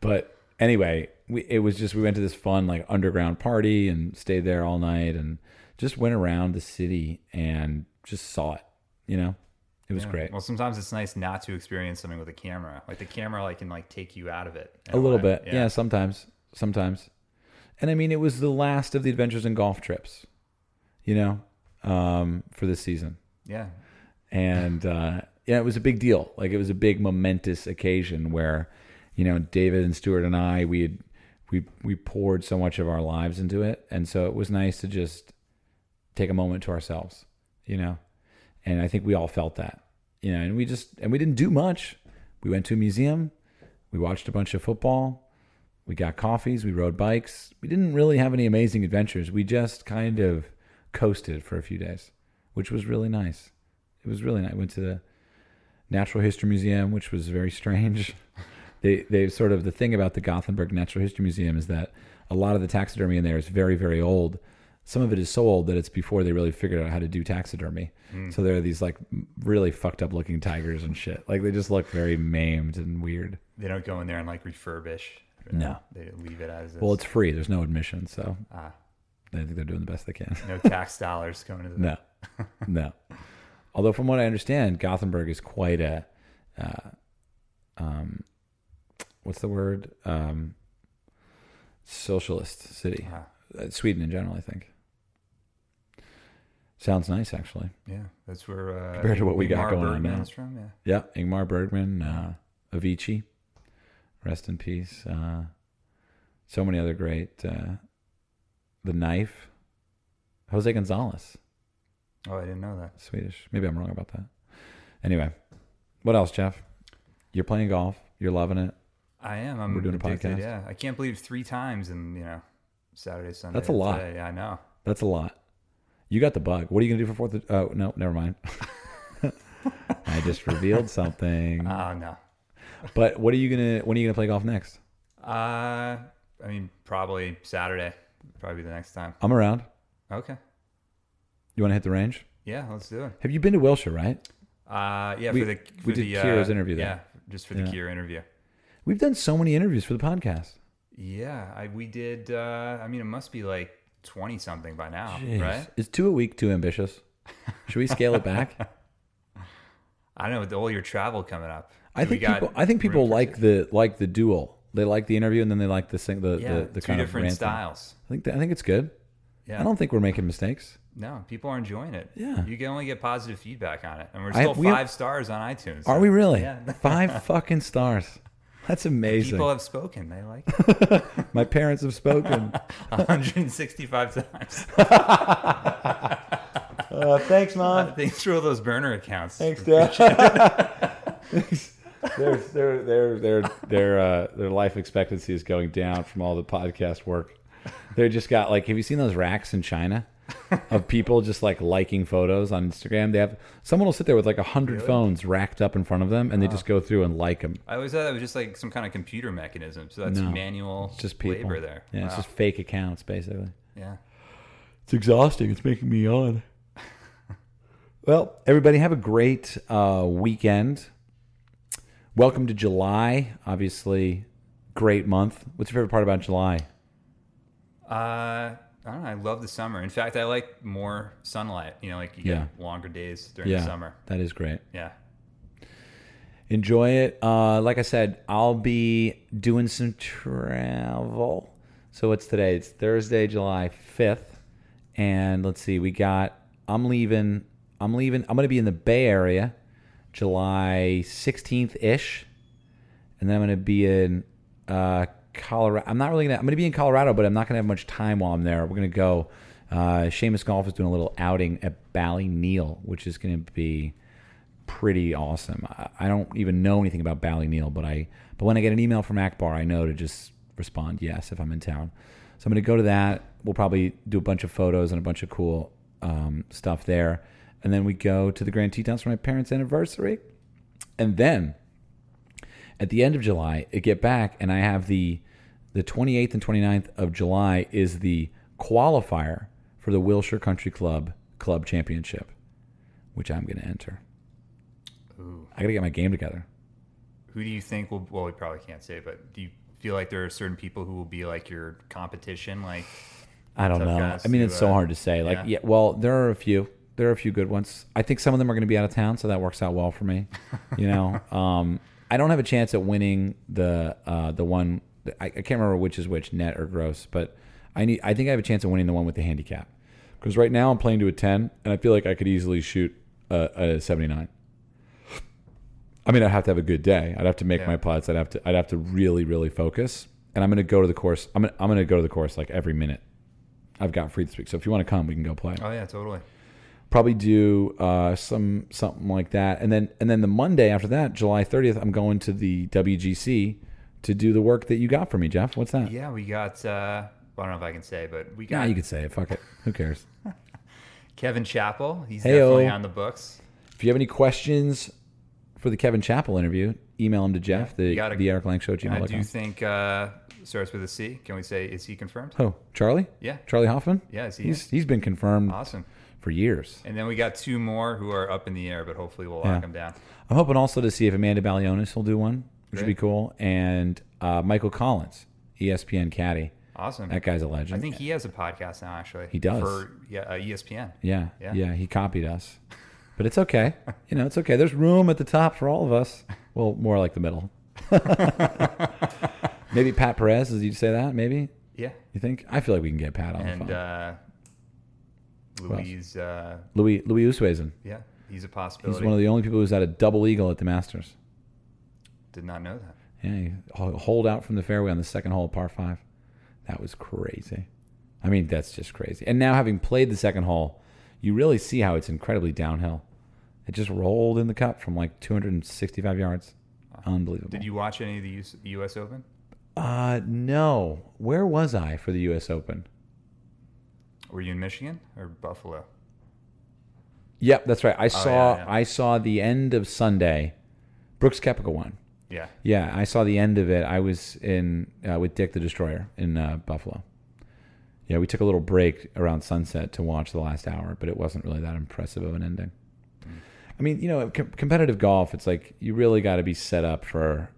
Speaker 1: but anyway, we it was just we went to this fun like underground party and stayed there all night and just went around the city and just saw it. You know, it was great.
Speaker 2: Well, sometimes it's nice not to experience something with a camera. Like the camera, like can like take you out of it
Speaker 1: a little bit, yeah. Sometimes, sometimes, and I mean it was the last of the adventures and golf trips. You know, um, for this season.
Speaker 2: yeah.
Speaker 1: and uh, yeah, it was a big deal. Like it was a big momentous occasion where, you know, David and Stuart and I we had we we poured so much of our lives into it, and so it was nice to just take a moment to ourselves, you know. And I think we all felt that, you know. And we just and we didn't do much. We went to a museum, we watched a bunch of football, we got coffees, we rode bikes. We didn't really have any amazing adventures. We just kind of coasted for a few days, which was really nice it was really nice. I went to the Natural History Museum, which was very strange. they they sort of the thing about the Gothenburg Natural History Museum is that a lot of the taxidermy in there is very very old. Some of it is so old that it's before they really figured out how to do taxidermy. So there are these like really fucked up looking tigers and shit. Like they just look very maimed and weird.
Speaker 2: They don't go in there and like refurbish.
Speaker 1: No.
Speaker 2: They leave it as is.
Speaker 1: Well, it's free. There's no admission, so
Speaker 2: Ah.
Speaker 1: I think they're doing the best they can.
Speaker 2: no tax dollars going to the.
Speaker 1: (laughs) No, no. Although, from what I understand, Gothenburg is quite a, uh, um, what's the word? Um, socialist city.
Speaker 2: Ah.
Speaker 1: Uh, Sweden in general, I think. Sounds nice, actually.
Speaker 2: Yeah, that's where uh,
Speaker 1: Compared to what we got
Speaker 2: Ingmar
Speaker 1: going on now.
Speaker 2: Bergman's From, yeah.
Speaker 1: Yeah, Ingmar Bergman, uh, Avicii, rest in peace. Uh, so many other great. Uh, the Knife, Jose Gonzalez.
Speaker 2: Oh, I didn't know that.
Speaker 1: Swedish. Maybe I'm wrong about that. Anyway, what else, Jeff? You're playing golf. You're loving it.
Speaker 2: I am. I'm
Speaker 1: We're doing a
Speaker 2: addicted,
Speaker 1: podcast?
Speaker 2: Yeah, I can't believe three times in you know Saturday, Sunday.
Speaker 1: That's a lot.
Speaker 2: today. Yeah, I know.
Speaker 1: That's a lot. You got the bug. What are you gonna do for Fourth? Of, oh no, never mind. (laughs) I just revealed something.
Speaker 2: Oh no.
Speaker 1: But what are you gonna? When are you gonna play golf next?
Speaker 2: Uh, I mean, probably Saturday. Probably the next time.
Speaker 1: I'm around.
Speaker 2: Okay.
Speaker 1: You want to hit the range?
Speaker 2: Yeah, let's do it.
Speaker 1: Have you been to Wilshire? Right.
Speaker 2: Uh, yeah,
Speaker 1: We-
Speaker 2: for the
Speaker 1: we
Speaker 2: for
Speaker 1: did
Speaker 2: the, uh,
Speaker 1: Kira's interview
Speaker 2: Yeah,
Speaker 1: there.
Speaker 2: just for the Kier interview.
Speaker 1: We've done so many interviews for the podcast.
Speaker 2: Yeah, I, we did. Uh, I mean, it must be like twenty something by now, Oh, right?
Speaker 1: Is two a week too ambitious? Should we scale it
Speaker 2: (laughs)
Speaker 1: back?
Speaker 2: I don't know. With all your travel coming up,
Speaker 1: I
Speaker 2: Do we
Speaker 1: think
Speaker 2: got
Speaker 1: people, I think people
Speaker 2: room for
Speaker 1: like the like the duel. They like the interview and then they like the sing, the,
Speaker 2: yeah,
Speaker 1: the, the
Speaker 2: two
Speaker 1: kind
Speaker 2: different
Speaker 1: of rant.
Speaker 2: styles.
Speaker 1: I think that, I think it's good.
Speaker 2: Yeah,
Speaker 1: I don't think we're making mistakes.
Speaker 2: no, people are enjoying it.
Speaker 1: Yeah.
Speaker 2: you can only get positive feedback on it, and we're
Speaker 1: I-
Speaker 2: still
Speaker 1: we-
Speaker 2: five stars on iTunes.
Speaker 1: Are we really? (laughs)
Speaker 2: Yeah.
Speaker 1: Five fucking stars. That's amazing.
Speaker 2: People have spoken. They like it. (laughs)
Speaker 1: My parents have spoken.
Speaker 2: 165 times.
Speaker 1: (laughs)
Speaker 2: (laughs)
Speaker 1: uh, thanks, mom.
Speaker 2: Thanks for all those burner accounts.
Speaker 1: Thanks, Dad. (laughs) their their their their their uh, their life expectancy is going down from all the podcast work. They're just got like, have you seen those racks in China of people just like liking photos on Instagram? They have someone will sit there with like a hundred phones racked up in front of them, and they just go through and like them.
Speaker 2: I always thought that was just like some kind of computer mechanism. So that's
Speaker 1: No.
Speaker 2: manual
Speaker 1: It's just people.
Speaker 2: labor there.
Speaker 1: Yeah, it's
Speaker 2: Wow.
Speaker 1: just fake accounts basically.
Speaker 2: yeah.
Speaker 1: It's exhausting. It's making me yawn. (laughs) well, everybody, have a great uh, weekend. Welcome to July. Obviously, great month. What's your favorite part about July?
Speaker 2: Uh, I don't know. I love the summer. In fact, I like more sunlight. You know, like you
Speaker 1: Yeah.
Speaker 2: get longer days during the summer.
Speaker 1: that is great.
Speaker 2: Yeah.
Speaker 1: Enjoy it. Uh, like I said, I'll be doing some travel. So what's today? It's Thursday, July fifth, and let's see. We got. I'm leaving. I'm leaving. I'm going to be in the Bay Area, July sixteenth ish, and then I'm going to be in uh, Colorado. I'm not really going to. I'm going to be in Colorado, but I'm not going to have much time while I'm there. We're going to go. Uh, Seamus Golf is doing a little outing at Ballyneal, which is going to be pretty awesome. I, I don't even know anything about Ballyneal, but I but when I get an email from Akbar, I know to just respond yes if I'm in town. So I'm going to go to that. We'll probably do a bunch of photos and a bunch of cool um, stuff there, and then we go to the Grand Tetons for my parents' anniversary, and then at the end of July, I get back and I have the the 28th and 29th of July is the qualifier for the Wilshire Country Club Club Championship, which I'm going to enter.
Speaker 2: Ooh.
Speaker 1: I gotta get my game together.
Speaker 2: Who do you think will? Well, we probably can't say, but do you feel like there are certain people who will be like your competition? Like,
Speaker 1: I don't
Speaker 2: Tough
Speaker 1: know.
Speaker 2: guys
Speaker 1: I mean,
Speaker 2: to,
Speaker 1: it's so
Speaker 2: uh,
Speaker 1: hard to say. Like,
Speaker 2: yeah.
Speaker 1: yeah. well, there are a few. There are a few good ones. I think some of them are going to be out of town, so that works out well for me. You
Speaker 2: (laughs)
Speaker 1: know, um, I don't have a chance at winning the uh, the one. I, I can't remember which is which, net or gross, but I need. I think I have a chance of winning the one with the handicap because right now I'm playing to a ten, and I feel like I could easily shoot a, a seventy nine. I mean, I'd have to have a good day. I'd have to make
Speaker 2: Yeah.
Speaker 1: my putts. I'd have to. I'd have to really, really focus. And I'm going to go to the course. I'm gonna, I'm going to go to the course like every minute. I've got free this week, so if you want to come, we can go play.
Speaker 2: oh yeah, totally.
Speaker 1: Probably do uh, some something like that, and then and then the Monday after that, July 30th, I'm going to the WGC to do the work that you got for me, Jeff. What's that?
Speaker 2: Yeah, we got. uh I don't know if I can say, but we got
Speaker 1: Nah, you could say it. Fuck it. Who cares?
Speaker 2: Kevin Chappell. He's
Speaker 1: Heyo.
Speaker 2: definitely on the books.
Speaker 1: If you have any questions for the Kevin Chappell interview, email them to Jeff.
Speaker 2: you
Speaker 1: the
Speaker 2: gotta-
Speaker 1: the Eric Lang Show at
Speaker 2: I do
Speaker 1: gmail.com.
Speaker 2: think uh starts with a C. Can we say is he confirmed?
Speaker 1: Oh, Charlie?
Speaker 2: Yeah.
Speaker 1: Charlie Hoffman?
Speaker 2: Yeah, is he?
Speaker 1: He's he's been confirmed
Speaker 2: awesome.
Speaker 1: for years.
Speaker 2: And then we got two more who are up in the air, but hopefully we'll lock
Speaker 1: Yeah.
Speaker 2: them down.
Speaker 1: I'm hoping also to see if Amanda Balionis will do one, which would be
Speaker 2: Great.
Speaker 1: cool, and uh, Michael Collins, E ESPN caddy.
Speaker 2: Awesome.
Speaker 1: That guy's a legend.
Speaker 2: I think he has a podcast now, actually. He
Speaker 1: does.
Speaker 2: For yeah, uh, ESPN.
Speaker 1: Yeah,
Speaker 2: Yeah.
Speaker 1: yeah, he copied us, but it's okay. You know, it's okay. There's room at the top for all of us. Well, more like the middle. (laughs) maybe Pat Perez. Did you say that? Maybe
Speaker 2: Yeah.
Speaker 1: you think? I feel like we can get Pat on the
Speaker 2: And
Speaker 1: phone.
Speaker 2: uh, Louise, uh,
Speaker 1: Louis Louis Oosthuizen.
Speaker 2: yeah, he's
Speaker 1: He's
Speaker 2: a possibility.
Speaker 1: one of the only people who's had a double eagle at the Masters.
Speaker 2: Did not know that.
Speaker 1: Yeah, he ho- holed out from the fairway on the second hole, of par five. That was crazy. I mean, that's just crazy. And now, having played the second hole, you really see how it's incredibly downhill. It just rolled in the cup from like 265 yards. Unbelievable.
Speaker 2: Did you watch any of the US, US Open?
Speaker 1: Uh, no. Where was I for the U.S. Open?
Speaker 2: Were you in Michigan or Buffalo?
Speaker 1: Yep, that's right. I saw
Speaker 2: Oh, yeah.
Speaker 1: I saw the end of Sunday. Brooks Kepka won.
Speaker 2: Yeah.
Speaker 1: Yeah, I saw the end of it. I was in uh, with Dick the Destroyer in uh, Buffalo. Yeah, we took a little break around sunset to watch the last hour, but it wasn't really that impressive of an ending. I mean, you know, com- competitive golf, it's like you really got to be set up for.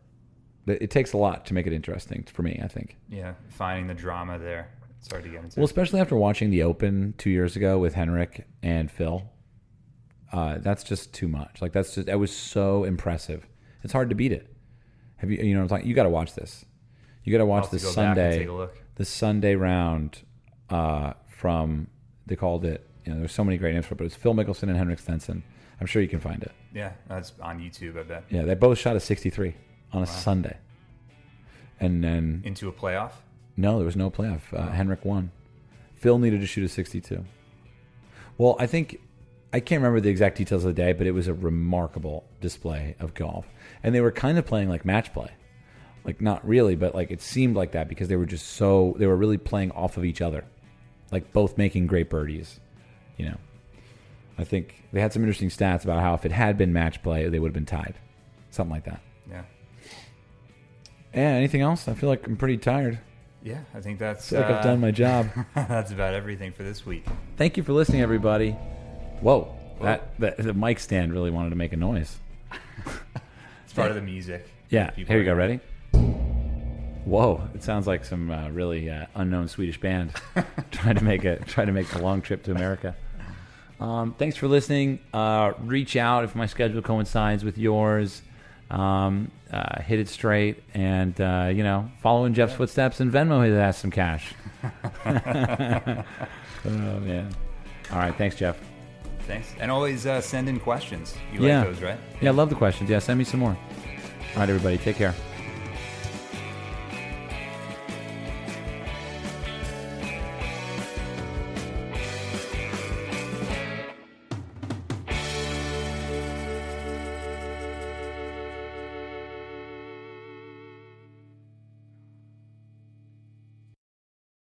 Speaker 1: It it takes a lot to make it interesting for me. I think.
Speaker 2: Yeah, finding the drama there. It's hard to get into.
Speaker 1: Well, especially after watching the Open two years ago with Henrik and Phil, uh, that's just too much. Like that's just that was so impressive. It's hard to beat it. Have you you know what I'm talking? You got to watch this. You got to watch
Speaker 2: I'll have to
Speaker 1: this
Speaker 2: go back and
Speaker 1: Sunday.
Speaker 2: take a look.
Speaker 1: The Sunday round uh, from they called it. You know, there's so many great names for it, but it's Phil Mickelson and Henrik Stenson. I'm sure you can find it.
Speaker 2: yeah, that's on YouTube. I bet
Speaker 1: Yeah, they both shot a 63 on a Sunday. And then
Speaker 2: into a playoff.
Speaker 1: no, there was no playoff. Uh, Henrik won. Phil needed to shoot a 62. Well, I think I can't remember the exact details of the day, but it was a remarkable display of golf. And they were kind of playing like match play. Like not really, but like it seemed like that because they were just so they were really playing off of each other. Like both making great birdies, you know. I think they had some interesting stats about how if it had been match play, they would have been tied. Something like that.
Speaker 2: Yeah,
Speaker 1: Yeah, anything else? I feel like I'm pretty tired.
Speaker 2: yeah. I think that's
Speaker 1: I feel like
Speaker 2: uh,
Speaker 1: I've done my job.
Speaker 2: (laughs) that's about everything for this week.
Speaker 1: Thank you for listening, everybody. Whoa, That, that the mic stand really wanted to make a noise.
Speaker 2: It's part of the music.
Speaker 1: Yeah,
Speaker 2: People
Speaker 1: here you
Speaker 2: are-
Speaker 1: go. Ready? Whoa, it sounds like some uh, really uh, unknown Swedish band (laughs) trying to make a trying to make the long trip to America. Um, thanks for listening. Uh, reach out if my schedule coincides with yours. Um, uh, hit it straight, and uh, you know, follow in Jeff's footsteps and Venmo his ass some cash. (laughs) oh man! All right, thanks, Jeff.
Speaker 2: Thanks, and always uh, send in questions. You
Speaker 1: Yeah.
Speaker 2: like those, right?
Speaker 1: Yeah, I love the questions. Yeah, send me some more. All right, everybody, take care.